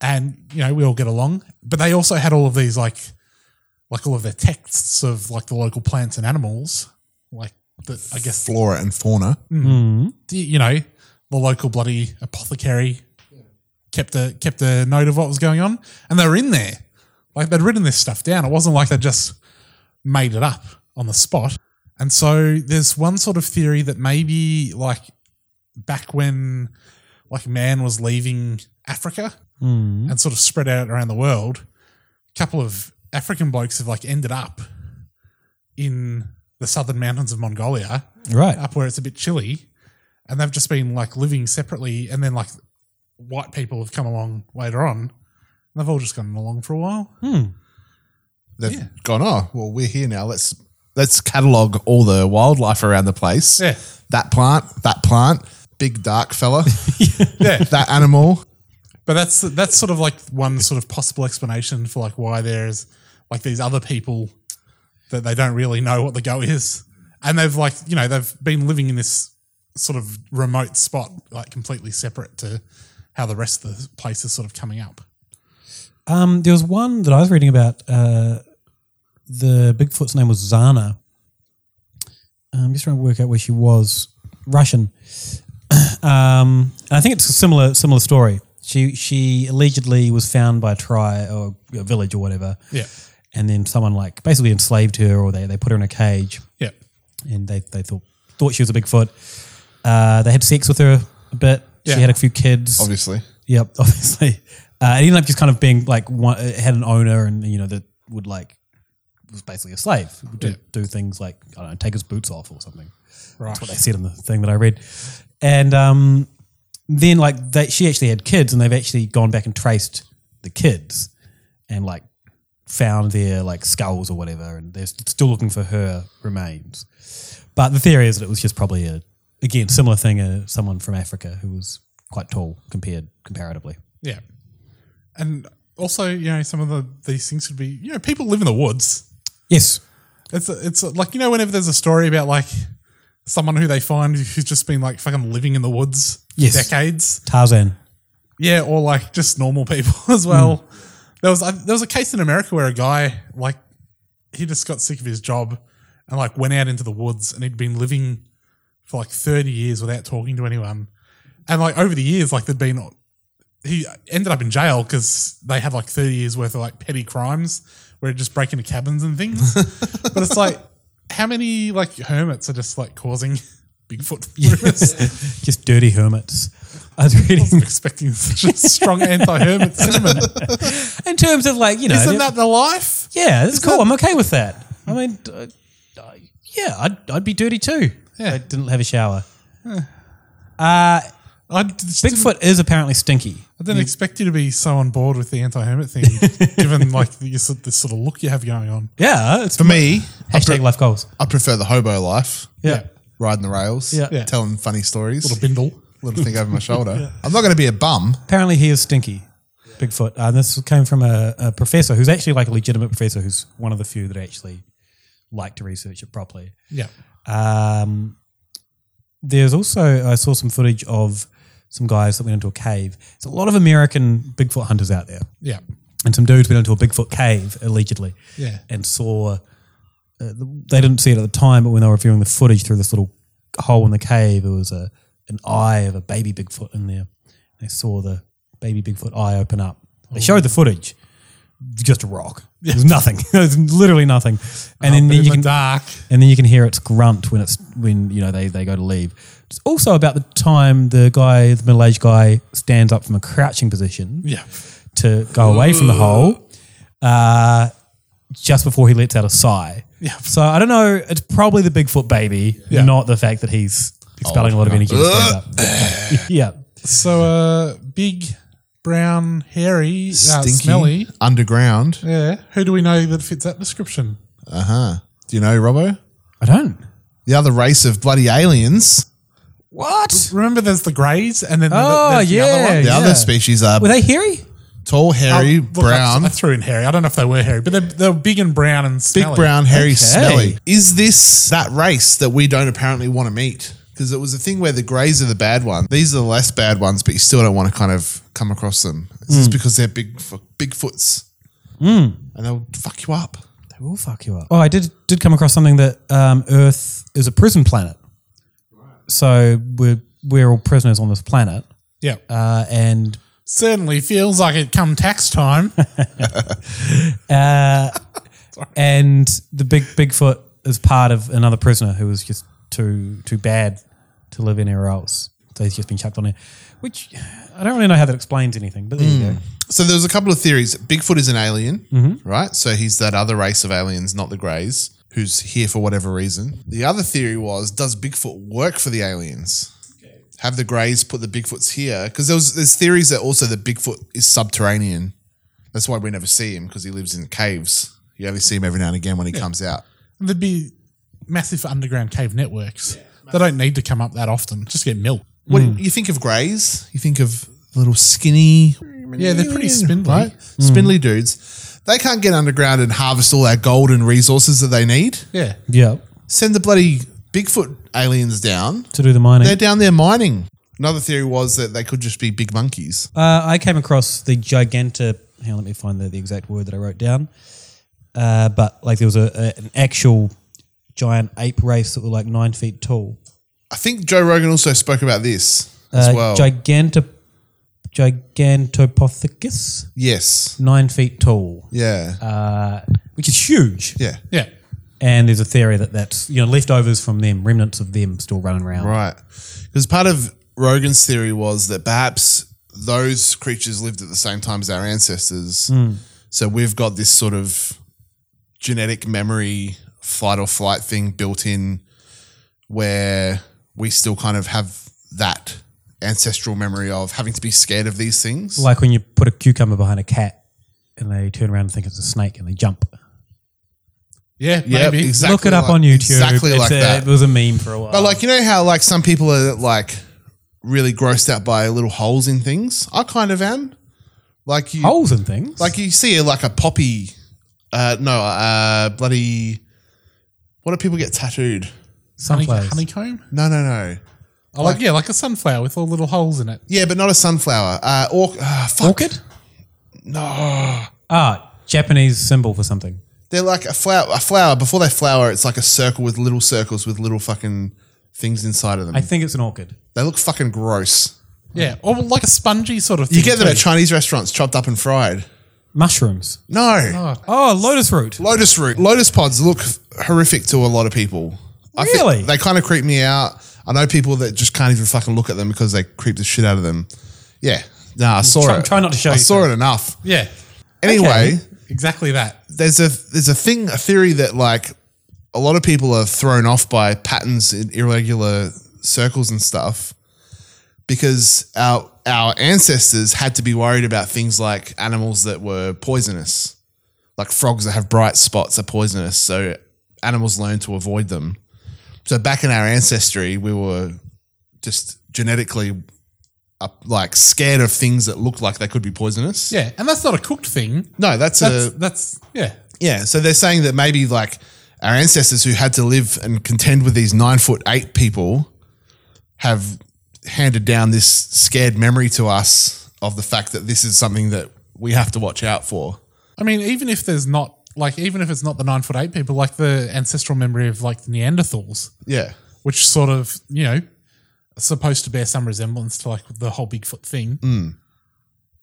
and you know we all get along. But they also had all of these like like all of their texts of like the local plants and animals, like that I guess
flora and fauna.
Mm. Do You you know, the local bloody apothecary kept a kept a note of what was going on, and they were in there, like they'd written this stuff down. It wasn't like they just made it up on the spot. And so there's one sort of theory that maybe like back when like man was leaving Africa
Mm.
and sort of spread out around the world, a couple of African blokes have like ended up in the southern mountains of Mongolia,
Right.
up where it's a bit chilly, and they've just been like living separately, and then like white people have come along later on, and they've all just gone along for a while.
Hmm.
They've gone, oh, well, we're here now. Let's let's catalog all the wildlife around the place.
Yeah.
That plant, that plant, big dark fella.
yeah.
That animal.
But that's that's sort of like one sort of possible explanation for like why there's like these other people that they don't really know what the go is, and they've like you know they've been living in this sort of remote spot, like completely separate to how the rest of the place is sort of coming up.
Um, there was one that I was reading about. Uh, the Bigfoot's name was Zana. I'm just trying to work out where she was. Russian. um, and I think it's a similar similar story. She she allegedly was found by a tribe or a village or whatever.
Yeah.
And then someone like basically enslaved her or they, they put her in a cage.
Yeah.
And they, they thought
thought she was a Bigfoot. Uh, they had sex with her a bit.
Yeah.
She had a few kids.
Obviously.
Yep, obviously. Uh, it ended up just kind of being like one, it had an owner and, you know, that would like, was basically a slave. Would do,
Yeah.
do things like, I don't know, take his boots off or something.
Right.
That's what they said in the thing that I read. And um, then like they, she actually had kids and they've actually gone back and traced the kids and like found their like skulls or whatever and they're still looking for her remains. But the theory is that it was just probably a again similar thing uh, someone from Africa who was quite tall compared comparatively.
Yeah. And also, you know, some of the these things would be, you know, people live in the woods.
Yes.
It's it's like you know whenever there's a story about like someone who they find who's just been like fucking living in the woods for
Yes.
decades.
Tarzan.
Yeah, or like just normal people as well. There was I, there was a case in America where a guy like he just got sick of his job and like went out into the woods and he'd been living for like 30 years without talking to anyone. And like over the years like there'd been he ended up in jail cuz they had like 30 years worth of like petty crimes where he'd just break into cabins and things. but it's like how many like hermits are just like causing Bigfoot rumors?
just dirty hermits. I was reading
expecting such a strong anti-hermit sentiment.
In terms of like, you know,
Isn't
the-
that the life?
Yeah, that's cool. I'm okay with that. I mean, d- uh, yeah, I'd, I'd be dirty too. Yeah. I didn't have a shower.
Eh.
Uh,
Bigfoot
is apparently stinky.
I didn't expect you to be so on board with the anti-hermit thing, given like the, this, this sort of look you have going on.
Yeah, it's
for me.
Hashtag life goals.
I prefer the hobo life.
Yeah.
riding the rails.
Yeah. Yeah.
telling funny stories.
Little bindle,
little thing over my shoulder.
Yeah.
I'm not going to be a bum.
Apparently, he is stinky, Bigfoot. Uh, this came from a, a professor who's actually like a legitimate professor who's one of the few that actually like to research it properly.
Yeah.
Um, there's also I saw some footage of some guys that went into a cave. There's a lot of American Bigfoot hunters out there.
Yeah.
And some dudes went into a Bigfoot cave allegedly.
Yeah.
And saw. Uh, the- they didn't see it at the time, but when they were viewing the footage through this little hole in the cave, there was a an eye of a baby Bigfoot in there. They saw the baby Bigfoot eye open up. They showed the footage. Just a rock. There's nothing. There's literally nothing. And
Oh,
then,
but
then
in
you
the
can
dark.
And then you can hear its grunt when it's when you know they, they go to leave. It's also about the time the guy, the middle aged guy, stands up from a crouching position.
Yeah.
To go away from the hole. Uh, just before he lets out a sigh.
Yeah.
So I don't know. It's probably the Bigfoot baby,
Yeah.
not the fact that he's expelling a lot of
Old
energy. to stand
enough.
Oh,
up. yeah.
So, uh, big, brown, hairy, uh,
Stinky,
smelly.
underground.
Yeah. Who do we know that fits that description?
Uh huh. Do you know Robbo?
I don't.
The other race of bloody aliens.
What?
Remember, there's the greys, and then
Oh,
the, there's the other
yeah,
one.
The other species are
Were they hairy?
tall, hairy,
Uh,
Oh, look, I-
brown.
I threw in hairy. I don't know if they were hairy, but they're, they're big and brown and
Big
smelly.
brown, hairy, smelly. Is this that race that we don't apparently want to meet? Because it was a thing where the greys are the bad ones. These are the less bad ones, but you still don't want to kind of come across them. It's just
Mm.
because they're big, bigfoots,
Mm.
and they'll fuck you up. They
will fuck you up. Oh, I did did come across something that um, Earth is a prison planet. So we're we're all prisoners on this planet.
Yeah.
Uh, and
Certainly feels like it come tax time.
uh, and the big Bigfoot is part of another prisoner who was just too too bad to live anywhere else. So he's just been chucked on there, which I don't really know how that explains anything. But there you go.
So there was a couple of theories. Bigfoot is an alien,
Mhm.
Mm-hmm.
right? So he's that other race of aliens, not the Greys, who's here for whatever reason. The other theory was, does Bigfoot work for the aliens? Have the Greys put the Bigfoots here? Because there was there's theories that also the Bigfoot is subterranean. That's why we never see him because he lives in caves. You only see him every now and again when he
Yeah.
comes out.
There'd be massive underground cave networks. they don't need to come up that often. Just get milk.
What you think of Greys? You think of little skinny.
Yeah, they're pretty spindly. Hmm.
right? Spindly dudes. They can't get underground and harvest all our gold and resources that they need.
Yeah.
Yeah.
Send the bloody Bigfoot aliens down.
To do the mining.
They're down there mining. Another theory was that they could just be big monkeys.
Uh, I came across the giganta. Hang on, let me find the, the exact word that I wrote down. Uh, but like there was a, a an actual giant ape race that were like nine feet tall.
I think Joe Rogan also spoke about this as
Uh,
well.
Giganta, gigantopithecus.
yes.
Nine feet tall.
Yeah.
Uh, which is huge.
Yeah.
Yeah.
And there's a theory that that's you know leftovers from them, remnants of them still running around.
Right. Because part of Rogan's theory was that perhaps those creatures lived at the same time as our ancestors.
Mm.
So we've got this sort of genetic memory fight or flight thing built in where we still kind of have that ancestral memory of having to be scared of these things.
Like when you put a cucumber behind a cat and they turn around and think it's a snake and they jump.
Yeah, yeah,
maybe.
exactly.
Look it up
like-
on YouTube.
Exactly
It's
like
a-
that.
it was a meme for a while.
But like you know how like some people are like really grossed out by little holes in things. I kind of am. Like you
holes in things.
Like you see like a poppy. Uh, no, uh, bloody. What do people get tattooed?
Honey- honeycomb?
No, no, no.
I like, yeah, like a sunflower with all little holes in it.
Yeah, but not a sunflower. Uh, or, uh, fuck.
Orchid?
No.
Ah, Japanese symbol for something.
They're like a flower. A flower. Before they flower, it's like a circle with little circles with little fucking things inside of them.
I think it's an orchid.
They look fucking gross.
Yeah, or like a spongy sort of thing.
You get them
too.
at Chinese restaurants, chopped up and fried.
Mushrooms.
No.
Oh, lotus root.
Lotus root. Lotus pods look horrific to a lot of people. I think
Really?
they kind of creep me out. I know people that just can't even fucking look at them because they creep the shit out of them. Yeah. Nah, I saw
Try-
it.
try not to show
I
you
saw it enough.
Yeah.
Anyway,
Okay, Exactly that.
there's a there's a thing a theory that like a lot of people are thrown off by patterns in irregular circles and stuff because our our ancestors had to be worried about things like animals that were poisonous like frogs that have bright spots are poisonous so animals learn to avoid them so back in our ancestry we were just genetically uh, like scared of things that looked like they could be poisonous
Yeah, and that's not a cooked thing.
no that's,
That's-
a
that's yeah.
yeah, so they're saying that maybe like our ancestors who had to live and contend with these nine foot eight people have handed down this scared memory to us of the fact that this is something that we have to watch out for.
I mean, even if there's not like, even if it's not the nine foot eight people, like the ancestral memory of like the Neanderthals,
Yeah.
which sort of you know are supposed to bear some resemblance to like the whole Bigfoot thing.
Mm.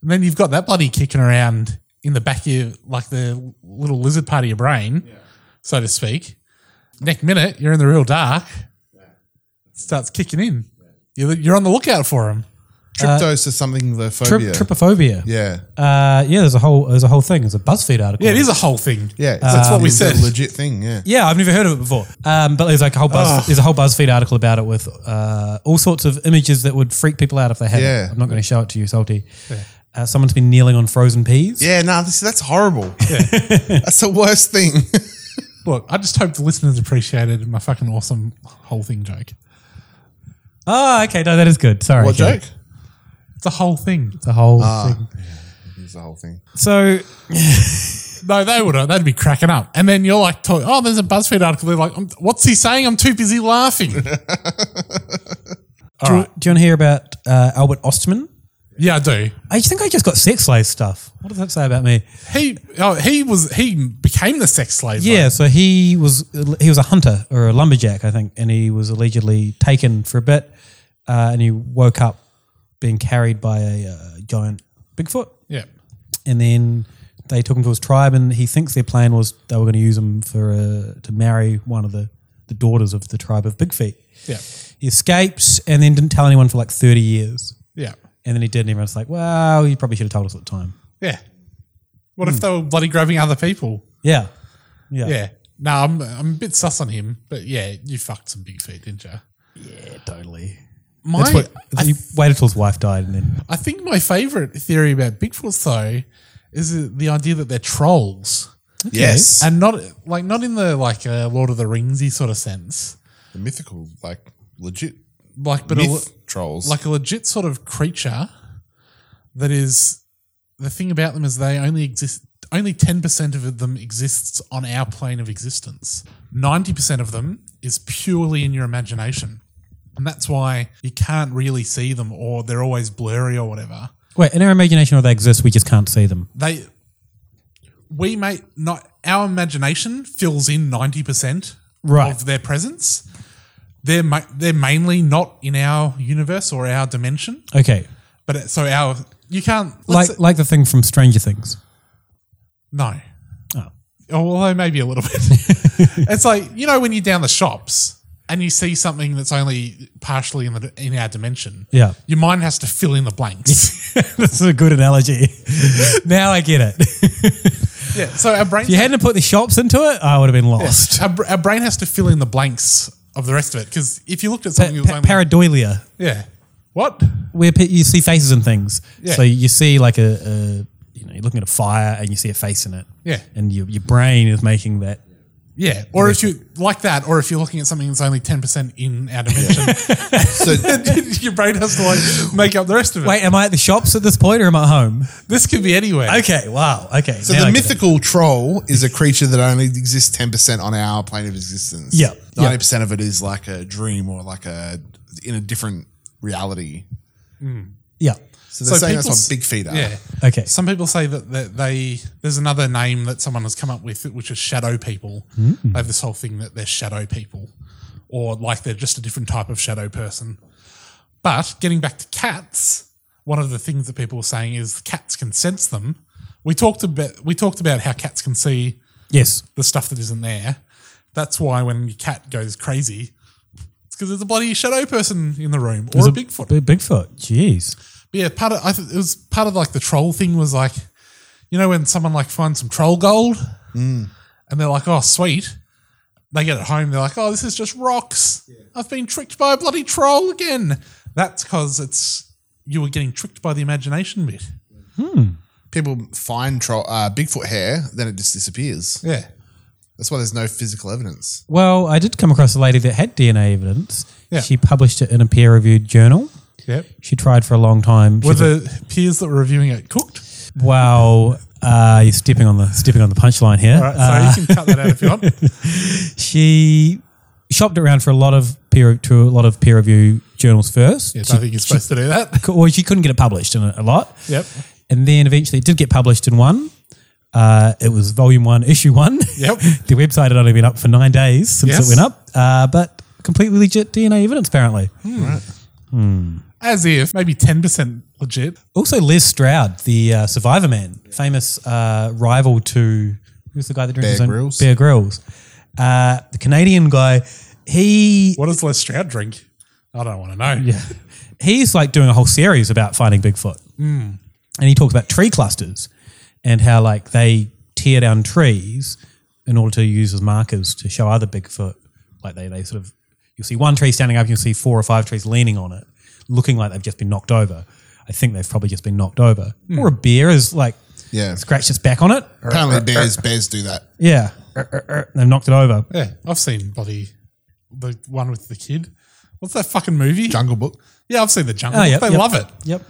And then you've got that bloody kicking around in the back of your, like the little lizard part of your brain, so to speak. Next minute, you're in the real dark. Starts kicking in. You're, you're on the lookout for him.
Tryptos is something the
Trip,
phobia.
trypophobia.
Yeah.
Uh, yeah, there's a whole there's a whole thing. There's a BuzzFeed article. Um,
Yeah, it is a whole thing.
Yeah,
that's what we
it's
said.
A legit thing. Yeah.
Yeah, I've never heard of it before. Um, but there's like a whole
Ah.
Buzz,
Ugh.
there's a whole BuzzFeed article about it with uh, all sorts of images that would freak people out if they had
Yeah.
it. I'm not going to show it to you, Salty. Uh, someone's been kneeling on frozen peas.
Yeah. No, this, that's horrible. that's the worst thing.
Look, I just hope the listeners appreciated my fucking awesome whole thing joke.
Oh, okay. No, that is good. Sorry.
What
yeah.
joke?
It's a whole thing.
It's a whole
Ah.
thing.
It's the whole thing.
So
No, they would. They'd be cracking up. And then you're like, talk- oh, there's a BuzzFeed article. They're like, "Um, what's he saying? I'm too busy laughing.
do, you, do you want to hear about uh, Albert Ostman?
yeah, I do.
I think I just got sex slave stuff. What does that say about me?
He, oh, he was, he became the sex slave.
Yeah, so he was he was a hunter or a lumberjack, I think, and he was allegedly taken for a bit, uh, and he woke up being carried by a uh, giant Bigfoot,
Yeah.
and then they took him to his tribe, and he thinks their plan was they were going to use him for uh, to marry one of the the daughters of the tribe of Bigfeet.
Yeah.
He escapes and then didn't tell anyone for like thirty years,
Yeah.
and then he did, and everyone's like, "Well, you probably should have told us at the time." Hmm.
Yeah. What if they were bloody grabbing other people?
Yeah,
Yeah.
yeah,
No, I'm, I'm a bit sus on him, but yeah, you fucked some big feet, didn't you?
yeah, totally.
My-
That's what,
I
he waited till his wife died, and then
I think my favorite theory about Bigfoots though is the idea that they're trolls.
Okay. Yes.
and not like not in the like uh, Lord of the Ringsy sort of sense,
The mythical, like legit,
like but a,
myth
le-
trolls.
like a legit sort of creature that is. The thing about them is they only exist. Only ten percent of them exists on our plane of existence. Ninety percent of them is purely in your imagination, and that's why you can't really see them, or they're always blurry, or whatever.
Wait, in our imagination, or they exist, we just can't see them.
they we may not our imagination fills in 90%
Right.
of their presence they're ma- they're mainly not in our universe or our dimension
Okay,
but it- so our you can't
like
let's say-
like the thing from Stranger Things.
no
Oh.
although maybe a little bit it's like you know when you're down the shops and you see something that's only partially in the in our dimension.
Yeah.
your mind has to fill in the blanks.
That's a good analogy. now I get it.
yeah, so our brain.
If you hadn't put the shops into it, I would have been lost.
Our, br- our brain has to fill in the blanks of the rest of it because if you looked at something, that was
Pa-
only,
Pareidolia,
yeah, what?
where pe- you see faces and things.
Yeah.
So you see like a, a, you know, you're looking at a fire and you see a face in it.
Yeah.
And your, your brain is making that.
Yeah, or if you like that, or if you're looking at something that's only ten percent in our dimension, your brain has to like make up the rest of it.
Wait, am I at the shops at this point or am I at home?
This could be anywhere.
Okay. Wow. Okay.
So
now I
the
get it.
mythical troll is a creature that only exists ten percent on our plane of existence.
Yeah, yeah.
ninety percent of it is like a dream or like a in a different reality.
Yeah.
So they're saying that's
people
what
s-
big feet are.
Yeah.
Okay.
Some people say that, that they there's another name that someone has come up with, which is shadow people.
Mm.
They have this whole thing that they're shadow people, or like they're just a different type of shadow person. But getting back to cats, one of the things that people were saying is cats can sense them. We talked about we talked about how cats can see
yes
the stuff that isn't there. That's why when your cat goes crazy, it's because there's a bloody shadow person in the room or
There's
a Bigfoot.
B- Bigfoot. Jeez.
But yeah, part of I th- it was part of like the troll thing was like, you know, when someone like finds some troll gold and they're like, oh sweet, they get it home, they're like, oh this is just rocks. I've been tricked by a bloody troll again. That's because it's you were getting tricked by the imagination bit.
People find troll uh, Bigfoot hair, then it just disappears.
Yeah.
That's why there's no physical evidence.
Well, I did come across a lady that had DNA evidence.
Yeah.
She published it in a peer reviewed journal.
Yep.
She tried for a long time. She
Were
did-
the peers that were reviewing it cooked?
Wow, uh, you're stepping on the stepping on the punchline here.
All right, sorry, you can cut that out if you
want. she shopped around for a lot of peer to a lot of peer review journals first.
Yes, I think you're supposed to do that.
Well, she couldn't get it published in a, a lot.
Yep.
And then eventually it did get published in one. Uh, it was volume one, issue one.
Yep.
the website had only been up for nine days since
Yes.
it went up, uh, but completely legit DNA evidence apparently.
Right.
Hmm.
As if maybe ten percent legit.
Also, Les Stroud, the uh, Survivor Man, famous uh, rival to who's the guy that drinks
Bear
his own-
Grylls.
Bear Grylls, uh, the Canadian guy. He
what does Les Stroud drink? I don't want to know.
Yeah, he's like doing a whole series about finding Bigfoot,
Mm.
and he talks about tree clusters and how like they tear down trees in order to use as markers to show other Bigfoot. Like they they sort of you'll see one tree standing up, you'll see four or five trees leaning on it, looking like they've just been knocked over. I think they've probably just been knocked over,
Hmm.
or a bear is like
Yeah.
scratched its back on it.
Apparently bears bears do that.
Yeah, they've knocked it over.
Er, Yeah, I've seen bloody the one with the kid. What's that fucking movie? Jungle
Book.
Yeah, I've seen the Jungle
Oh,
Book.
yep,
they
yep,
love it.
Yep.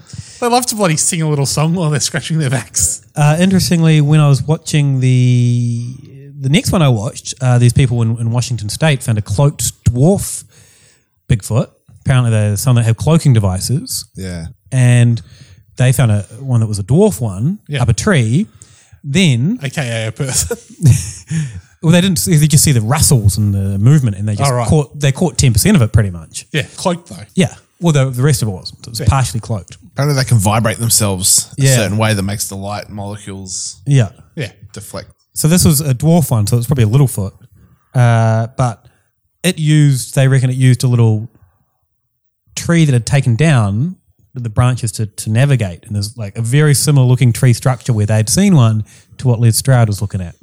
They love to bloody sing a little song while they're scratching their backs.
Uh, interestingly, when I was watching the the next one I watched, uh, these people in, in Washington State found a cloaked dwarf Bigfoot. Apparently, there's some that have cloaking devices.
Yeah.
and they found a one that was a dwarf one
Yeah.
up a tree. Then,
AKA a person.
well, they didn't. see- They just see the rustles and the movement, and they just
Oh, right.
caught they caught ten percent of it, pretty much.
Yeah, cloaked though.
Yeah. Well, the, the rest of it wasn't. It was
Yeah.
partially cloaked.
Apparently they can vibrate themselves
Yeah.
a certain way that makes the light molecules
Yeah.
Yeah.
deflect.
So this was a dwarf one, so it's probably a little foot. Uh, but it used, they reckon it used a little tree that had taken down the branches to, to navigate. And there's like a very similar looking tree structure where they'd seen one to what Les Stroud was looking at.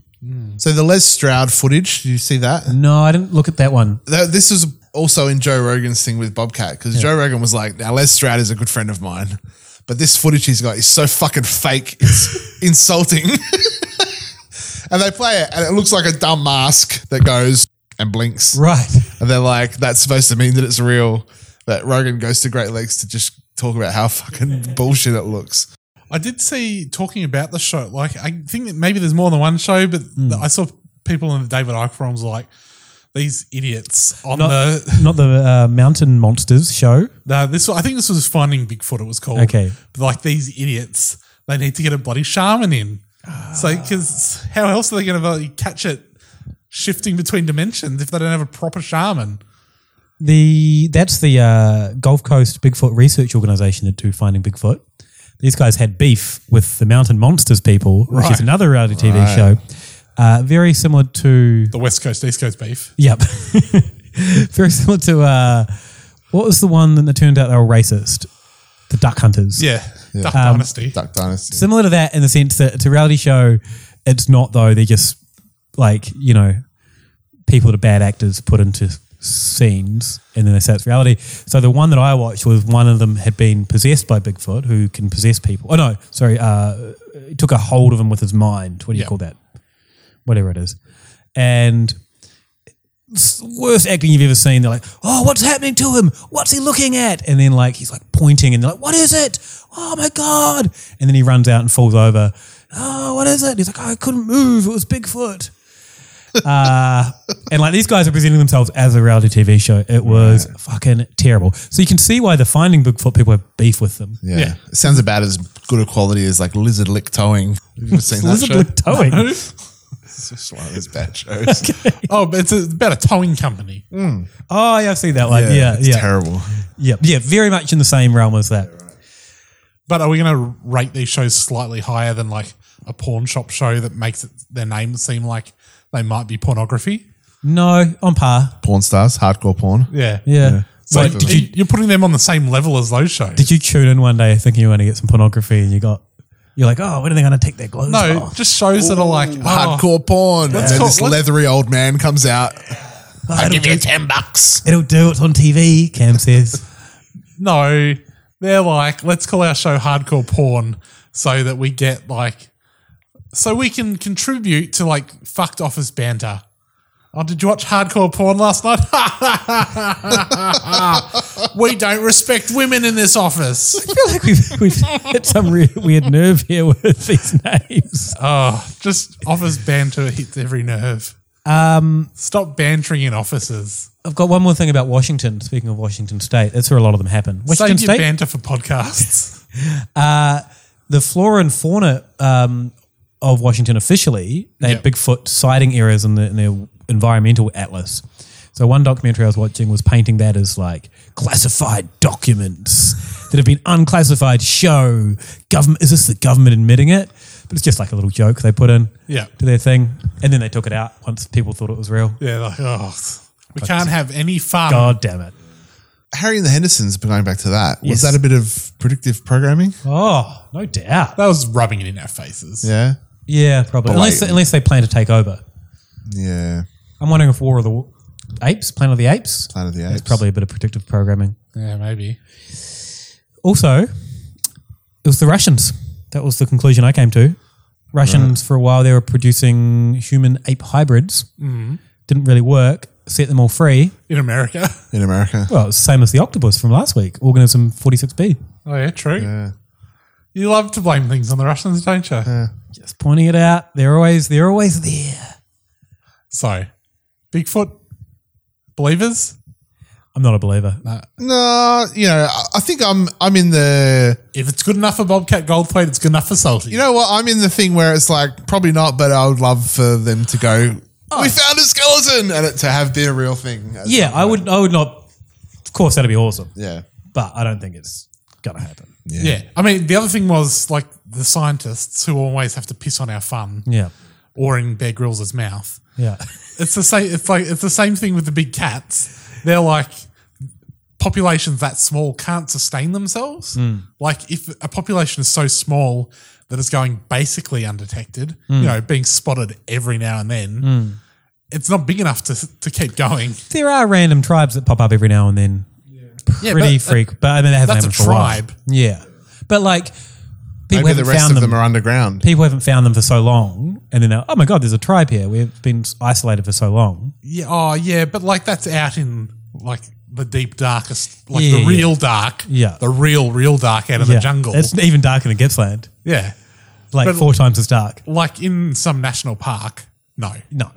So the Les Stroud footage, did you see that?
No, I didn't look at that one.
Th- This is also in Joe Rogan's thing with Bobcat because
Yeah.
Joe Rogan was like, "Now Les Stroud is a good friend of mine, but this footage he's got is so fucking fake, it's insulting." and they play it, and it looks like a dumb mask that goes and blinks,
right?
And they're like, "That's supposed to mean that it's real." That Rogan goes to Great Lakes to just talk about how fucking bullshit it looks.
I did see talking about the show. Like, I think that maybe there's more than one show, but
Hmm.
I saw people in the David Icke forums like these idiots on
not,
the.
not the uh, Mountain Monsters show.
No, this I think this was Finding Bigfoot. It was called.
Okay.
But like these idiots, they need to get a bloody shaman in. So, because how else are they going to catch it shifting between dimensions if they don't have a proper shaman?
The that's the uh, Gold Coast Bigfoot Research Organization that do Finding Bigfoot. These guys had beef with the Mountain Monsters people, which
Right.
is another reality TV
Right.
show.
Uh, very similar to
The West Coast, East Coast beef.
Yep. Very similar to uh, what was the one that turned out they were racist? The Duck Hunters.
Yeah. Duck
Um,
Dynasty.
Duck Dynasty.
Similar to that in the sense that it's a reality show. It's not though. They're just like you know, people that are bad actors put into scenes, and then they say it's reality. So the one that I watched was one of them had been possessed by Bigfoot, who can possess people. Oh no, sorry, uh, he took a hold of him with his mind. What do you
Yeah.
call that? Whatever it is, and. s- Worst acting you've ever seen. They're like, "Oh, what's happening to him? What's he looking at?" And then, like, he's like pointing, and they're like, "What is it? Oh my god!" And then he runs out and falls over. Oh, what is it? He's like, oh, I couldn't move. It was Bigfoot. uh, and like these guys are presenting themselves as a reality TV show. It was fucking terrible. So you can see why the Finding Bigfoot people have beef with them.
Yeah. It sounds about as good a quality as like lizard lick towing. Have you ever seen that
Lizard
show?
lick towing?
No. it's just one of those bad shows.
Oh, but it's a, about a towing company.
Oh yeah, I've seen that one.
Hmm. Yeah,
Yeah, yeah,
it's terrible.
Yeah, yeah, very much in the same realm as that.
But are we going to rate these shows slightly higher than like a pawn shop show that makes it, their name seem like they might be pornography?
No, on par.
Porn stars, hardcore porn.
Yeah.
Yeah.
So
Like, did you
you're putting them on the same level as those shows.
did you tune in one day thinking you were going to get some pornography and you got you're like, oh, when are they going to take their clothes
No,
off?
just shows that are like oh,
hardcore porn. And
Let's
then
call-
this
let's-
leathery old man comes out.
Oh,
I'll
it'll
give you
do-
10 bucks.
It'll do. It's on TV. Cam says.
No, they're like, let's call our show hardcore porn so that we get like, so we can contribute to like fucked office banter. Oh, did you watch hardcore porn last night? we don't respect women in this office.
I feel like we've, we've hit some re- weird nerve here with these names.
Oh, just office banter hits every nerve.
Um,
Stop bantering in offices.
I've got one more thing about Washington. Speaking of Washington State, that's where a lot of them happen. Washington
Save your
State.
banter for podcasts.
Uh, the flora and fauna um, of Washington officially, they had Bigfoot sighting areas in, the, in their environmental atlas. So one documentary I was watching was painting that as like classified documents that have been unclassified. Show government is this the government admitting it? But it's just like a little joke they put in
Yeah.
to their thing, and then they took it out once people thought it was real.
Yeah, like, oh, we can't have any fun.
God damn it!
Harry and the Hendersons, but going back to that, was
Yes.
that a bit of predictive programming?
Oh, no doubt.
That was rubbing it in our faces.
Yeah.
Yeah, probably.
But
Unless,
like-
unless they plan to take over.
Yeah.
I'm wondering if War of the Wa- Apes, Planet of the Apes,
Planet of the
It's
Apes.
probably a bit of predictive programming.
Yeah, maybe.
Also, it was the Russians. That was the conclusion I came to. Russians for a while they were producing human ape hybrids.
Mhm.
Didn't really work. Set them all free.
In America.
In America.
Well, it's the same as the octopus from last week, organism 46B.
Oh yeah, true. You love to blame things on the Russians, don't you?
Just pointing it out. They're always they're always there.
So, Bigfoot believers?
I'm not a believer.
No, you know, I- I think I'm I'm in the
If it's good enough for Bobcat Goldthwait, it's good enough for Salty.
you know what I'm in the thing where it's like probably not, but I would love for them to go.
Oh.
We found a skeleton, and it to have been a real thing.
Yeah, I would I would not of course that'd be awesome.
Yeah.
But I don't think it's gonna happen.
Yeah. I mean, the other thing was like the scientists who always have to piss on our fun.
Yeah.
Or in Bear Grylls' mouth.
Yeah.
It's the same. It's like it's the same thing with the big cats. They're like populations that small can't sustain themselves.
Mm.
Like if a population is so small that it's going basically undetected,
Mm.
you know, being spotted every now and then,
Mm.
it's not big enough to to keep going.
There are random tribes that pop up every now and then.
Yeah,
Pretty
but- uh,
freak, but I mean, they haven't
that's a
happened for a while.
tribe.
Yeah, but like people
Maybe
haven't
the rest
found
of them are underground.
People haven't found them for so long, and then they're, oh my god, there's a tribe here. We've been isolated for so long.
Yeah. Oh, yeah. But like that's out in like the deep darkest, like
Yeah,
the
yeah.
real dark.
Yeah.
The real, real dark out of
Yeah.
the jungle.
It's even darker than Gippsland.
yeah.
Like
But-
four times as dark.
Like in some national park. No.
No.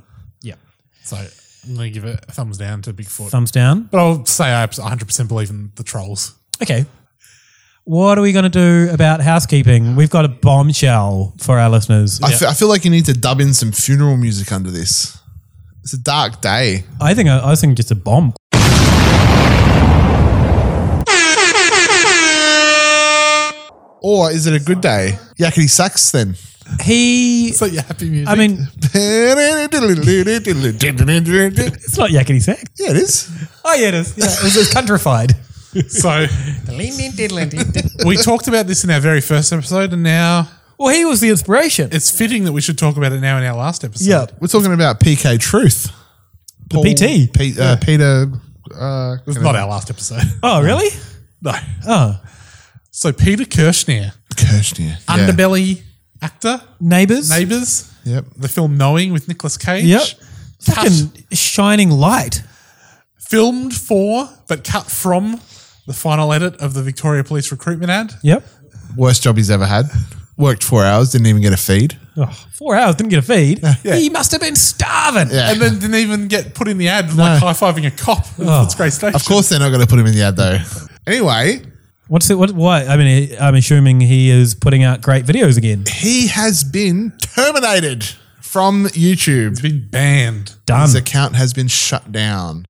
Yeah.
So I'm going to give it a thumbs down to Bigfoot.
Thumbs down.
But I'll say I 100% believe in the trolls.
Okay. What are we going to do about housekeeping? We've got a bombshell for our listeners.
I, fe- I feel like you need to dub in some funeral music under this. It's a dark day.
I think I, I was thinking just a bomb.
Or is it a good day? Yakety sax then.
He.
So yeah, happy music.
I mean,
it's
not yakety sack.
Yeah, it is.
Oh yeah, it is. Yeah, it was, it was countrified.
So we talked about this in our very first episode, and now.
Well, he was the inspiration.
It's fitting that we should talk about it now in our last episode.
Yeah.
We're talking about PK Truth.
The PT.
Pete, uh, Peter. Uh,
It was not our last episode.
Oh really?
No.
Oh,
So Peter Kirshner,
Kirshner.
underbelly actor,
neighbors.
Neighbours,
Yep.
the film Knowing with Nicolas Cage.
Yep. Fucking shining light.
Filmed for, but cut from the final edit of the Victoria Police recruitment ad.
Yep.
Worst job he's ever had. Worked four hours, didn't even get a feed.
Four hours didn't get a feed. He must have been starving.
Yeah.
And then didn't even get put in the ad, like high fiving a cop.
Oh.
That's great station.
Of course, they're not going to put him in the ad though. Anyway,
What's it? What? Why? I mean, he- I'm assuming he is putting out great videos again.
he has been terminated from YouTube.
He's been banned.
Done.
His account has been shut down.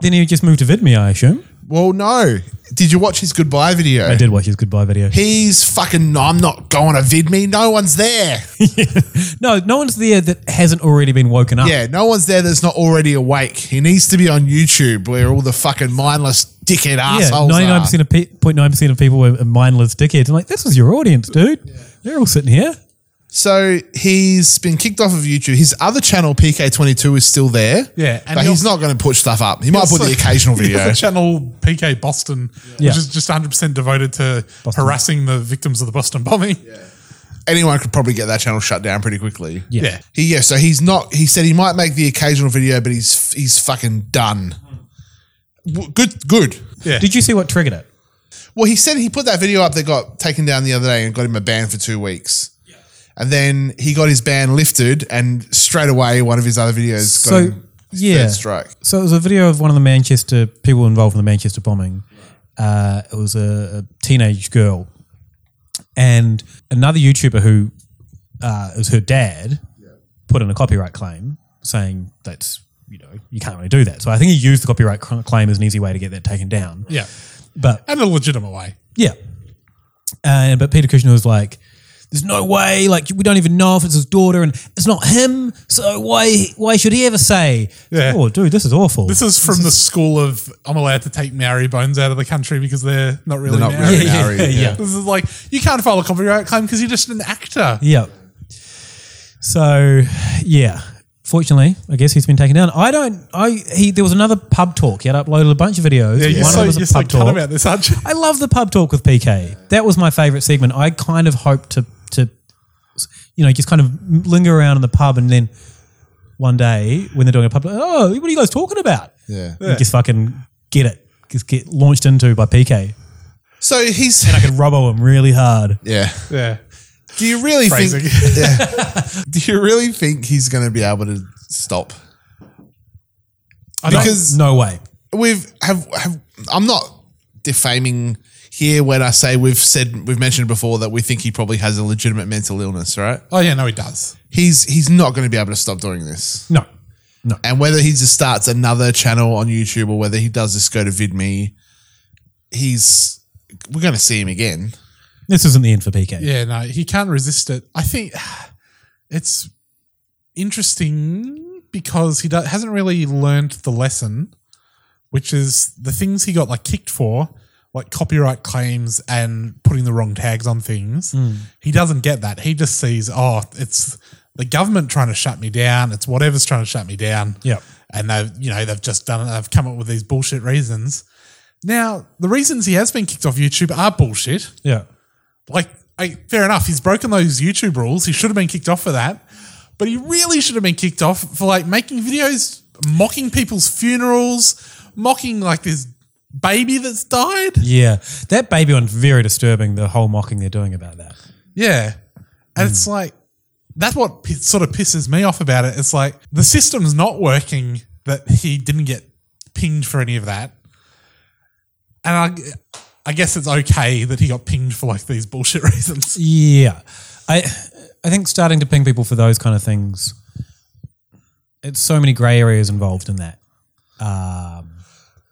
Then he just moved to Vidme, I assume.
Well, no. Did you watch his goodbye video?
I did watch his goodbye video.
He's fucking. No, I'm not going to VidMe. No one's there.
No, no one's there that hasn't already been woken up.
Yeah, no one's there that's not already awake. He needs to be on YouTube where all the fucking mindless dickhead
yeah.
assholes
Ninety
are.
nine percent of point nine percent of people are mindless dickheads. I'm like, this is your audience, dude. They're all sitting here.
So he's been kicked off of YouTube. His other channel, PK22, is still there.
Yeah, and
but
he'll-
he's not going to put stuff up. He might
It's
put the
like-
occasional
it's
video.
the channel PK Boston,
Yeah.
which is just 100% devoted to harassing the victims of the Boston bombing.
Anyone could probably get that channel shut down pretty quickly.
Yeah.
He, yeah, so he's not. He said he might make the occasional video, but he's he's fucking done. W- Good, good.
Yeah.
Did you see what triggered it?
Well, he said he put that video up that got taken down the other day and got him a ban for two weeks. And then he got his ban lifted, and straight away one of his other videos got
So,
him his
yeah.
third strike.
So it was a video of one of the Manchester people involved in the Manchester bombing. Uh, it was a, a teenage girl, and another YouTuber who uh, was her dad put in a copyright claim saying that's you know you can't really do that. So I think he used the copyright cl- claim as an easy way to get that taken down.
Yeah.
But
And a legitimate way.
yeah. Uh, but Peter Kushner was like, there's no way, like we don't even know if it's his daughter and it's not him, so why why should he ever say,
Yeah.
oh dude, this is awful.
This is from the school of I'm allowed to take Maori bones out of the country because they're not really
They're not
Maori.
really Yeah, yeah, Maori, yeah. yeah.
This is like you can't file a copyright claim because you're just an actor.
Yeah. So, yeah. Fortunately, I guess he's been taken down. I don't. I he there was another pub talk. He had uploaded a bunch of videos.
Yeah, you're
One of
so,
them was
you're
a
so
pub
cut
talk.
about this, aren't you?
I love the pub talk with PK. That was my favorite segment. I kind of hoped to to you know just kind of linger around in the pub and then one day when they're doing a pub, oh, what are you guys talking about?
Yeah.
And Just fucking get it. Just get launched into by PK.
So he's
I could robo him really hard.
yeah.
Yeah.
Do you really
Phrasing.
think? Yeah. Do you really think he's going to be able to stop?
I don't-
Because-
No way.
We've have have. I'm not defaming here when I say we've said we've mentioned before that we think he probably has a legitimate mental illness, right?
oh yeah, no, he does.
He's he's not going to be able to stop doing this.
No.
And whether he just starts another channel on YouTube or whether he does just go to VidMe, he's we're going to see him again.
This isn't the end for PK.
Yeah, no, he can't resist it. I think it's interesting because he do- hasn't really learned the lesson, which is the things he got like kicked for, like copyright claims and putting the wrong tags on things.
Hmm.
He doesn't get that. He just sees, oh, it's the government trying to shut me down. It's whatever's trying to shut me down.
Yep.
And they've, you know, they've just done it. They've come up with these bullshit reasons. Now, the reasons he has been kicked off YouTube are bullshit
Yeah.
like I, fair enough he's broken those youtube rules he should have been kicked off for that but he really should have been kicked off for like making videos mocking people's funerals mocking like this baby that's died
Yeah, that baby one's very disturbing. The whole mocking they're doing about that.
yeah and it's like that's what p- sort of pisses me off about it it's like the system's not working that he didn't get pinged for any of that and i i guess it's okay that he got pinged for like these bullshit reasons
Yeah, I I think starting to ping people for those kind of things. It's so many grey areas involved in that. Um,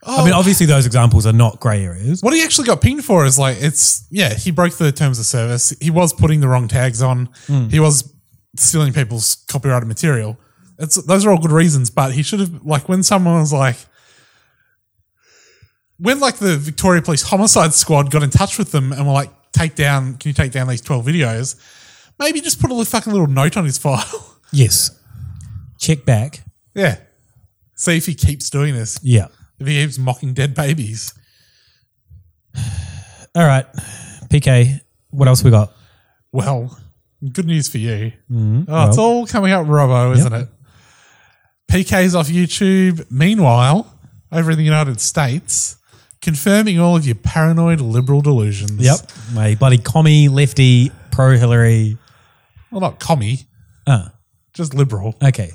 I mean, obviously those examples are not grey areas.
What he actually got pinged for is like it's yeah he broke the terms of service. He was putting the wrong tags on.
Mm.
He was stealing people's copyrighted material. It's those are all good reasons, but he should have like when someone was like when like the Victoria Police Homicide Squad got in touch with them and were like take down can you take down these twelve videos? Maybe just put a little fucking little note on his file.
Yes. Check back.
yeah. See if he keeps doing this.
Yeah.
If he keeps mocking dead babies.
All right, PK. What else we got?
Well, good news for you.
Mhm.
Oh, it's
Well,
all coming up, Robbo, isn't it? PK's off YouTube. Meanwhile, over in the United States, confirming all of your paranoid liberal delusions.
Yep. My bloody commie, lefty, pro Hillary.
Well, not commie,
Ah,
just liberal.
okay.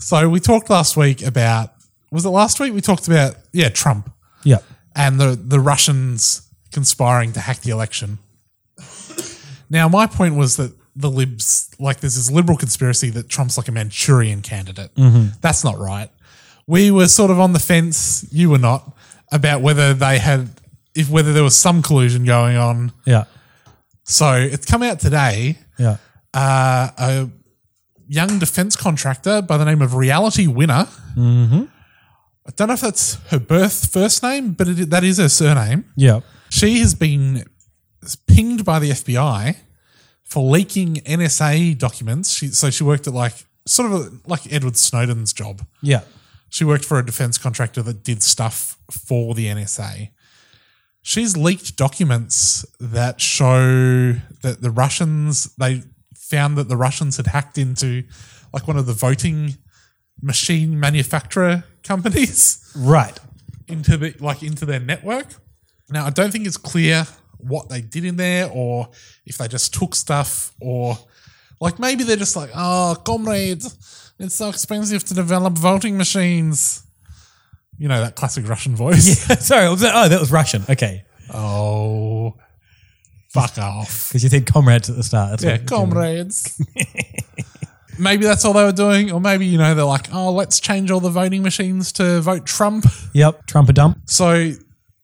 So we talked last week about was it last week we talked about yeah Trump
Yep.
and the the Russians conspiring to hack the election. Now my point was that the libs like there's this liberal conspiracy that Trump's like a Manchurian candidate.
Mhm.
That's not right. We were sort of on the fence. You were not about whether they had if whether there was some collusion going on.
Yeah.
So it's come out today
Yeah.
uh, a young defense contractor by the name of Reality Winner.
Mm-hmm.
I don't know if that's her birth first name, but it, that is her surname.
Yeah.
She has been pinged by the FBI for leaking NSA documents. She, so she worked at like sort of like Edward Snowden's job.
Yeah.
She worked for a defense contractor that did stuff for the NSA. She's leaked documents that show that the Russians, they found that the Russians had hacked into like one of the voting machine manufacturer companies.
Right.
Into the like into their network. Now I don't think it's clear what they did in there or if they just took stuff or like maybe they're just like, oh comrade, it's so expensive to develop voting machines. You know that classic Russian voice.
Yeah. Sorry. Was that, oh, that was Russian. Okay.
Oh. Fuck off.
Because you said comrades at the start. That's
yeah,
what-
comrades. maybe that's all they were doing, or maybe you know they're like, oh, let's change all the voting machines to vote Trump.
Yep. Trump a dump.
So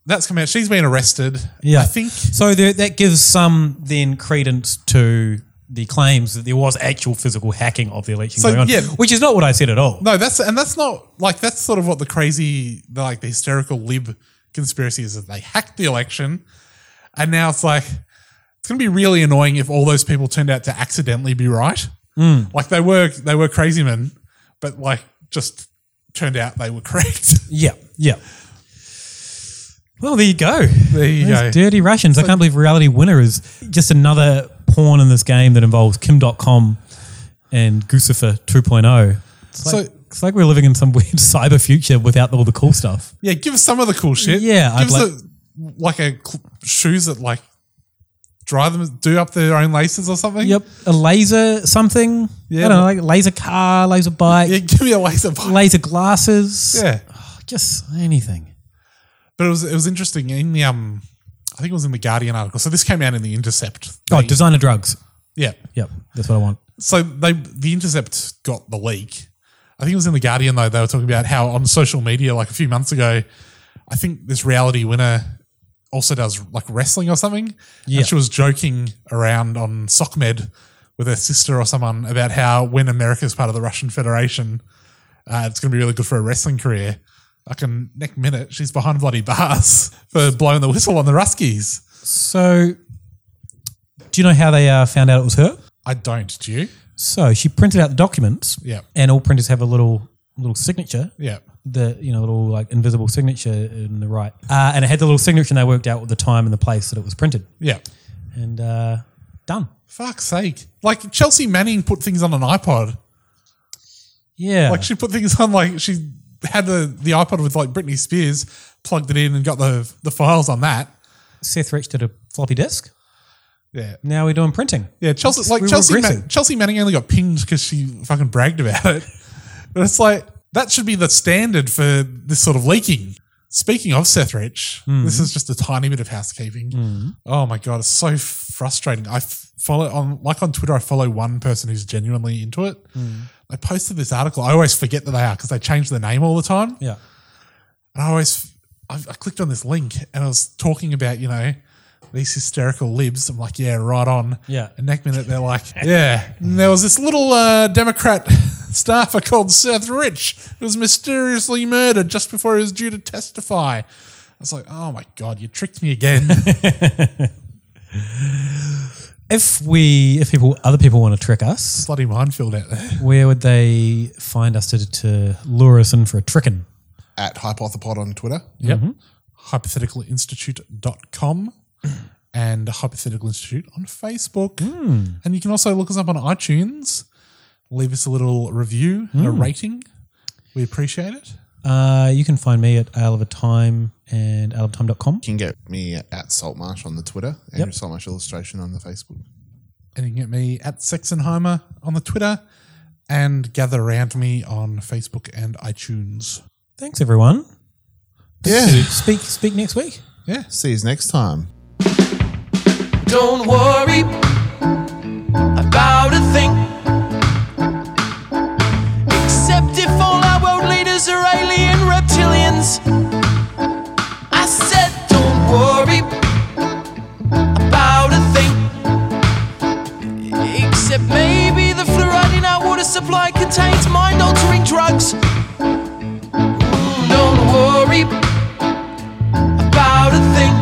that's come out. She's been arrested.
Yeah.
I think.
So there, that gives some then credence to the claims that there was actual physical hacking of the election
So,
going on,
yeah.
which is not what I said at all.
No, that's and that's not like that's sort of what the crazy, the, like the hysterical lib conspiracy is that they hacked the election, and now it's like it's going to be really annoying if all those people turned out to accidentally be right.
Mm.
Like they were, they were crazy men, but like just turned out they were correct.
Yeah, yeah. Well, there you go. There
you go.
Dirty Russians. I can't believe reality winner is just another pawn in this game that involves Kim.com and Guccifer 2.0. oh. It's like,
So-
it's like we're living in some weird cyber future without all the cool stuff.
Yeah, give us some of the cool shit.
Yeah,
give
I'd
us like, a, like a cl- shoes that like dry them, do up their own laces or something.
Yep, a laser something.
Yeah.
I don't know, like laser car, laser bike.
Yeah, give me a laser bike.
Laser glasses.
Yeah,
just anything.
but it was it was interesting in the um, I think it was in the Guardian article. So this came out in the Intercept.
Oh,
They-
designer drugs.
Yeah,
Yep, that's what I want.
so they the intercept got the leak i think it was in the guardian though they were talking about how on social media like a few months ago i think this reality winner also does like wrestling or something
Yeah.
and she was joking around on socmed with her sister or someone about how when america's part of the russian federation uh, it's going to be really good for her wrestling career like in next minute she's behind bloody bars for blowing the whistle on the ruskies
So, do you know how they uh, found out it was her?
i don't do you
So she printed out the documents.
Yeah.
And all printers have a little little signature.
Yeah.
The you know little like invisible signature in the right, uh, and it had the little signature, and they worked out the time and the place that it was printed,
yeah
and uh, done.
fuck's sake like chelsea manning put things on an ipod
Yeah.
Like she put things on like she had the, the iPod with like Britney Spears, plugged it in and got the the files on that.
Seth Rich did a floppy disk.
Yeah.
Now we're doing printing.
Yeah, Chelsea
It's-
like
we're
Chelsea
regressing.
Man- Chelsea Manning only got pinged because she fucking bragged about it. But it's like that should be the standard for this sort of leaking. Speaking of Seth Rich,
Hmm.
this is just a tiny bit of housekeeping. Oh my god, it's so frustrating. I f- follow on like on Twitter. I follow one person who's genuinely into it.
Hmm.
They posted this article. I always forget that they are because they change the name all the time.
Yeah.
And I always I've, I clicked on this link and I was talking about, you know, these hysterical libs. I'm like, yeah, right on.
Yeah.
And next minute they're like, yeah. And there was this little uh, Democrat staffer called Seth Rich who was mysteriously murdered just before he was due to testify. I was like, oh my God, you tricked me again.
If we, if people, other people want to trick us,
bloody minefield out there.
Where would they find us to, to lure us in for a tricking?
At Hypothepod on Twitter.
Yep. hypotheticalinstitute.com and Hypothetical Institute on Facebook. And you can also look us up on iTunes. Leave us a little review and a
Mm.
rating. We appreciate it.
Uh, you can find me at Ale of a Time and aleofatime.com. You
can get me at Saltmarsh on the Twitter, Andrew Saltmarsh Illustration on the Facebook.
And you can get me at Sexenheimer on the Twitter and gather around me on Facebook and iTunes.
Thanks, everyone.
Yeah.
Speak, speak next week.
Yeah.
See you next time.
Don't worry about a thing. Except if all our world leaders are alien reptilians. I said, don't worry about a thing. Except maybe the fluoride in our water supply contains mind altering drugs. Mm, Don't worry about a thing.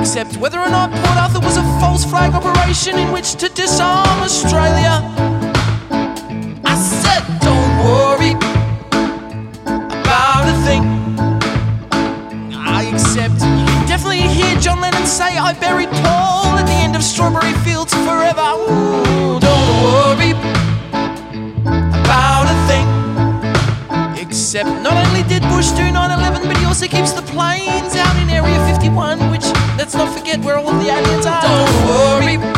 Except whether or not Port Arthur was a false flag operation in which to disarm Australia. I said, don't worry about a thing. I accept. You can definitely hear John Lennon say, I buried Paul at the end of Strawberry Fields forever. Ooh, don't worry about a thing. Except not only did Bush do 9-11, but he also keeps the planes out in Area 51, which let's not forget where all the aliens are. Don't worry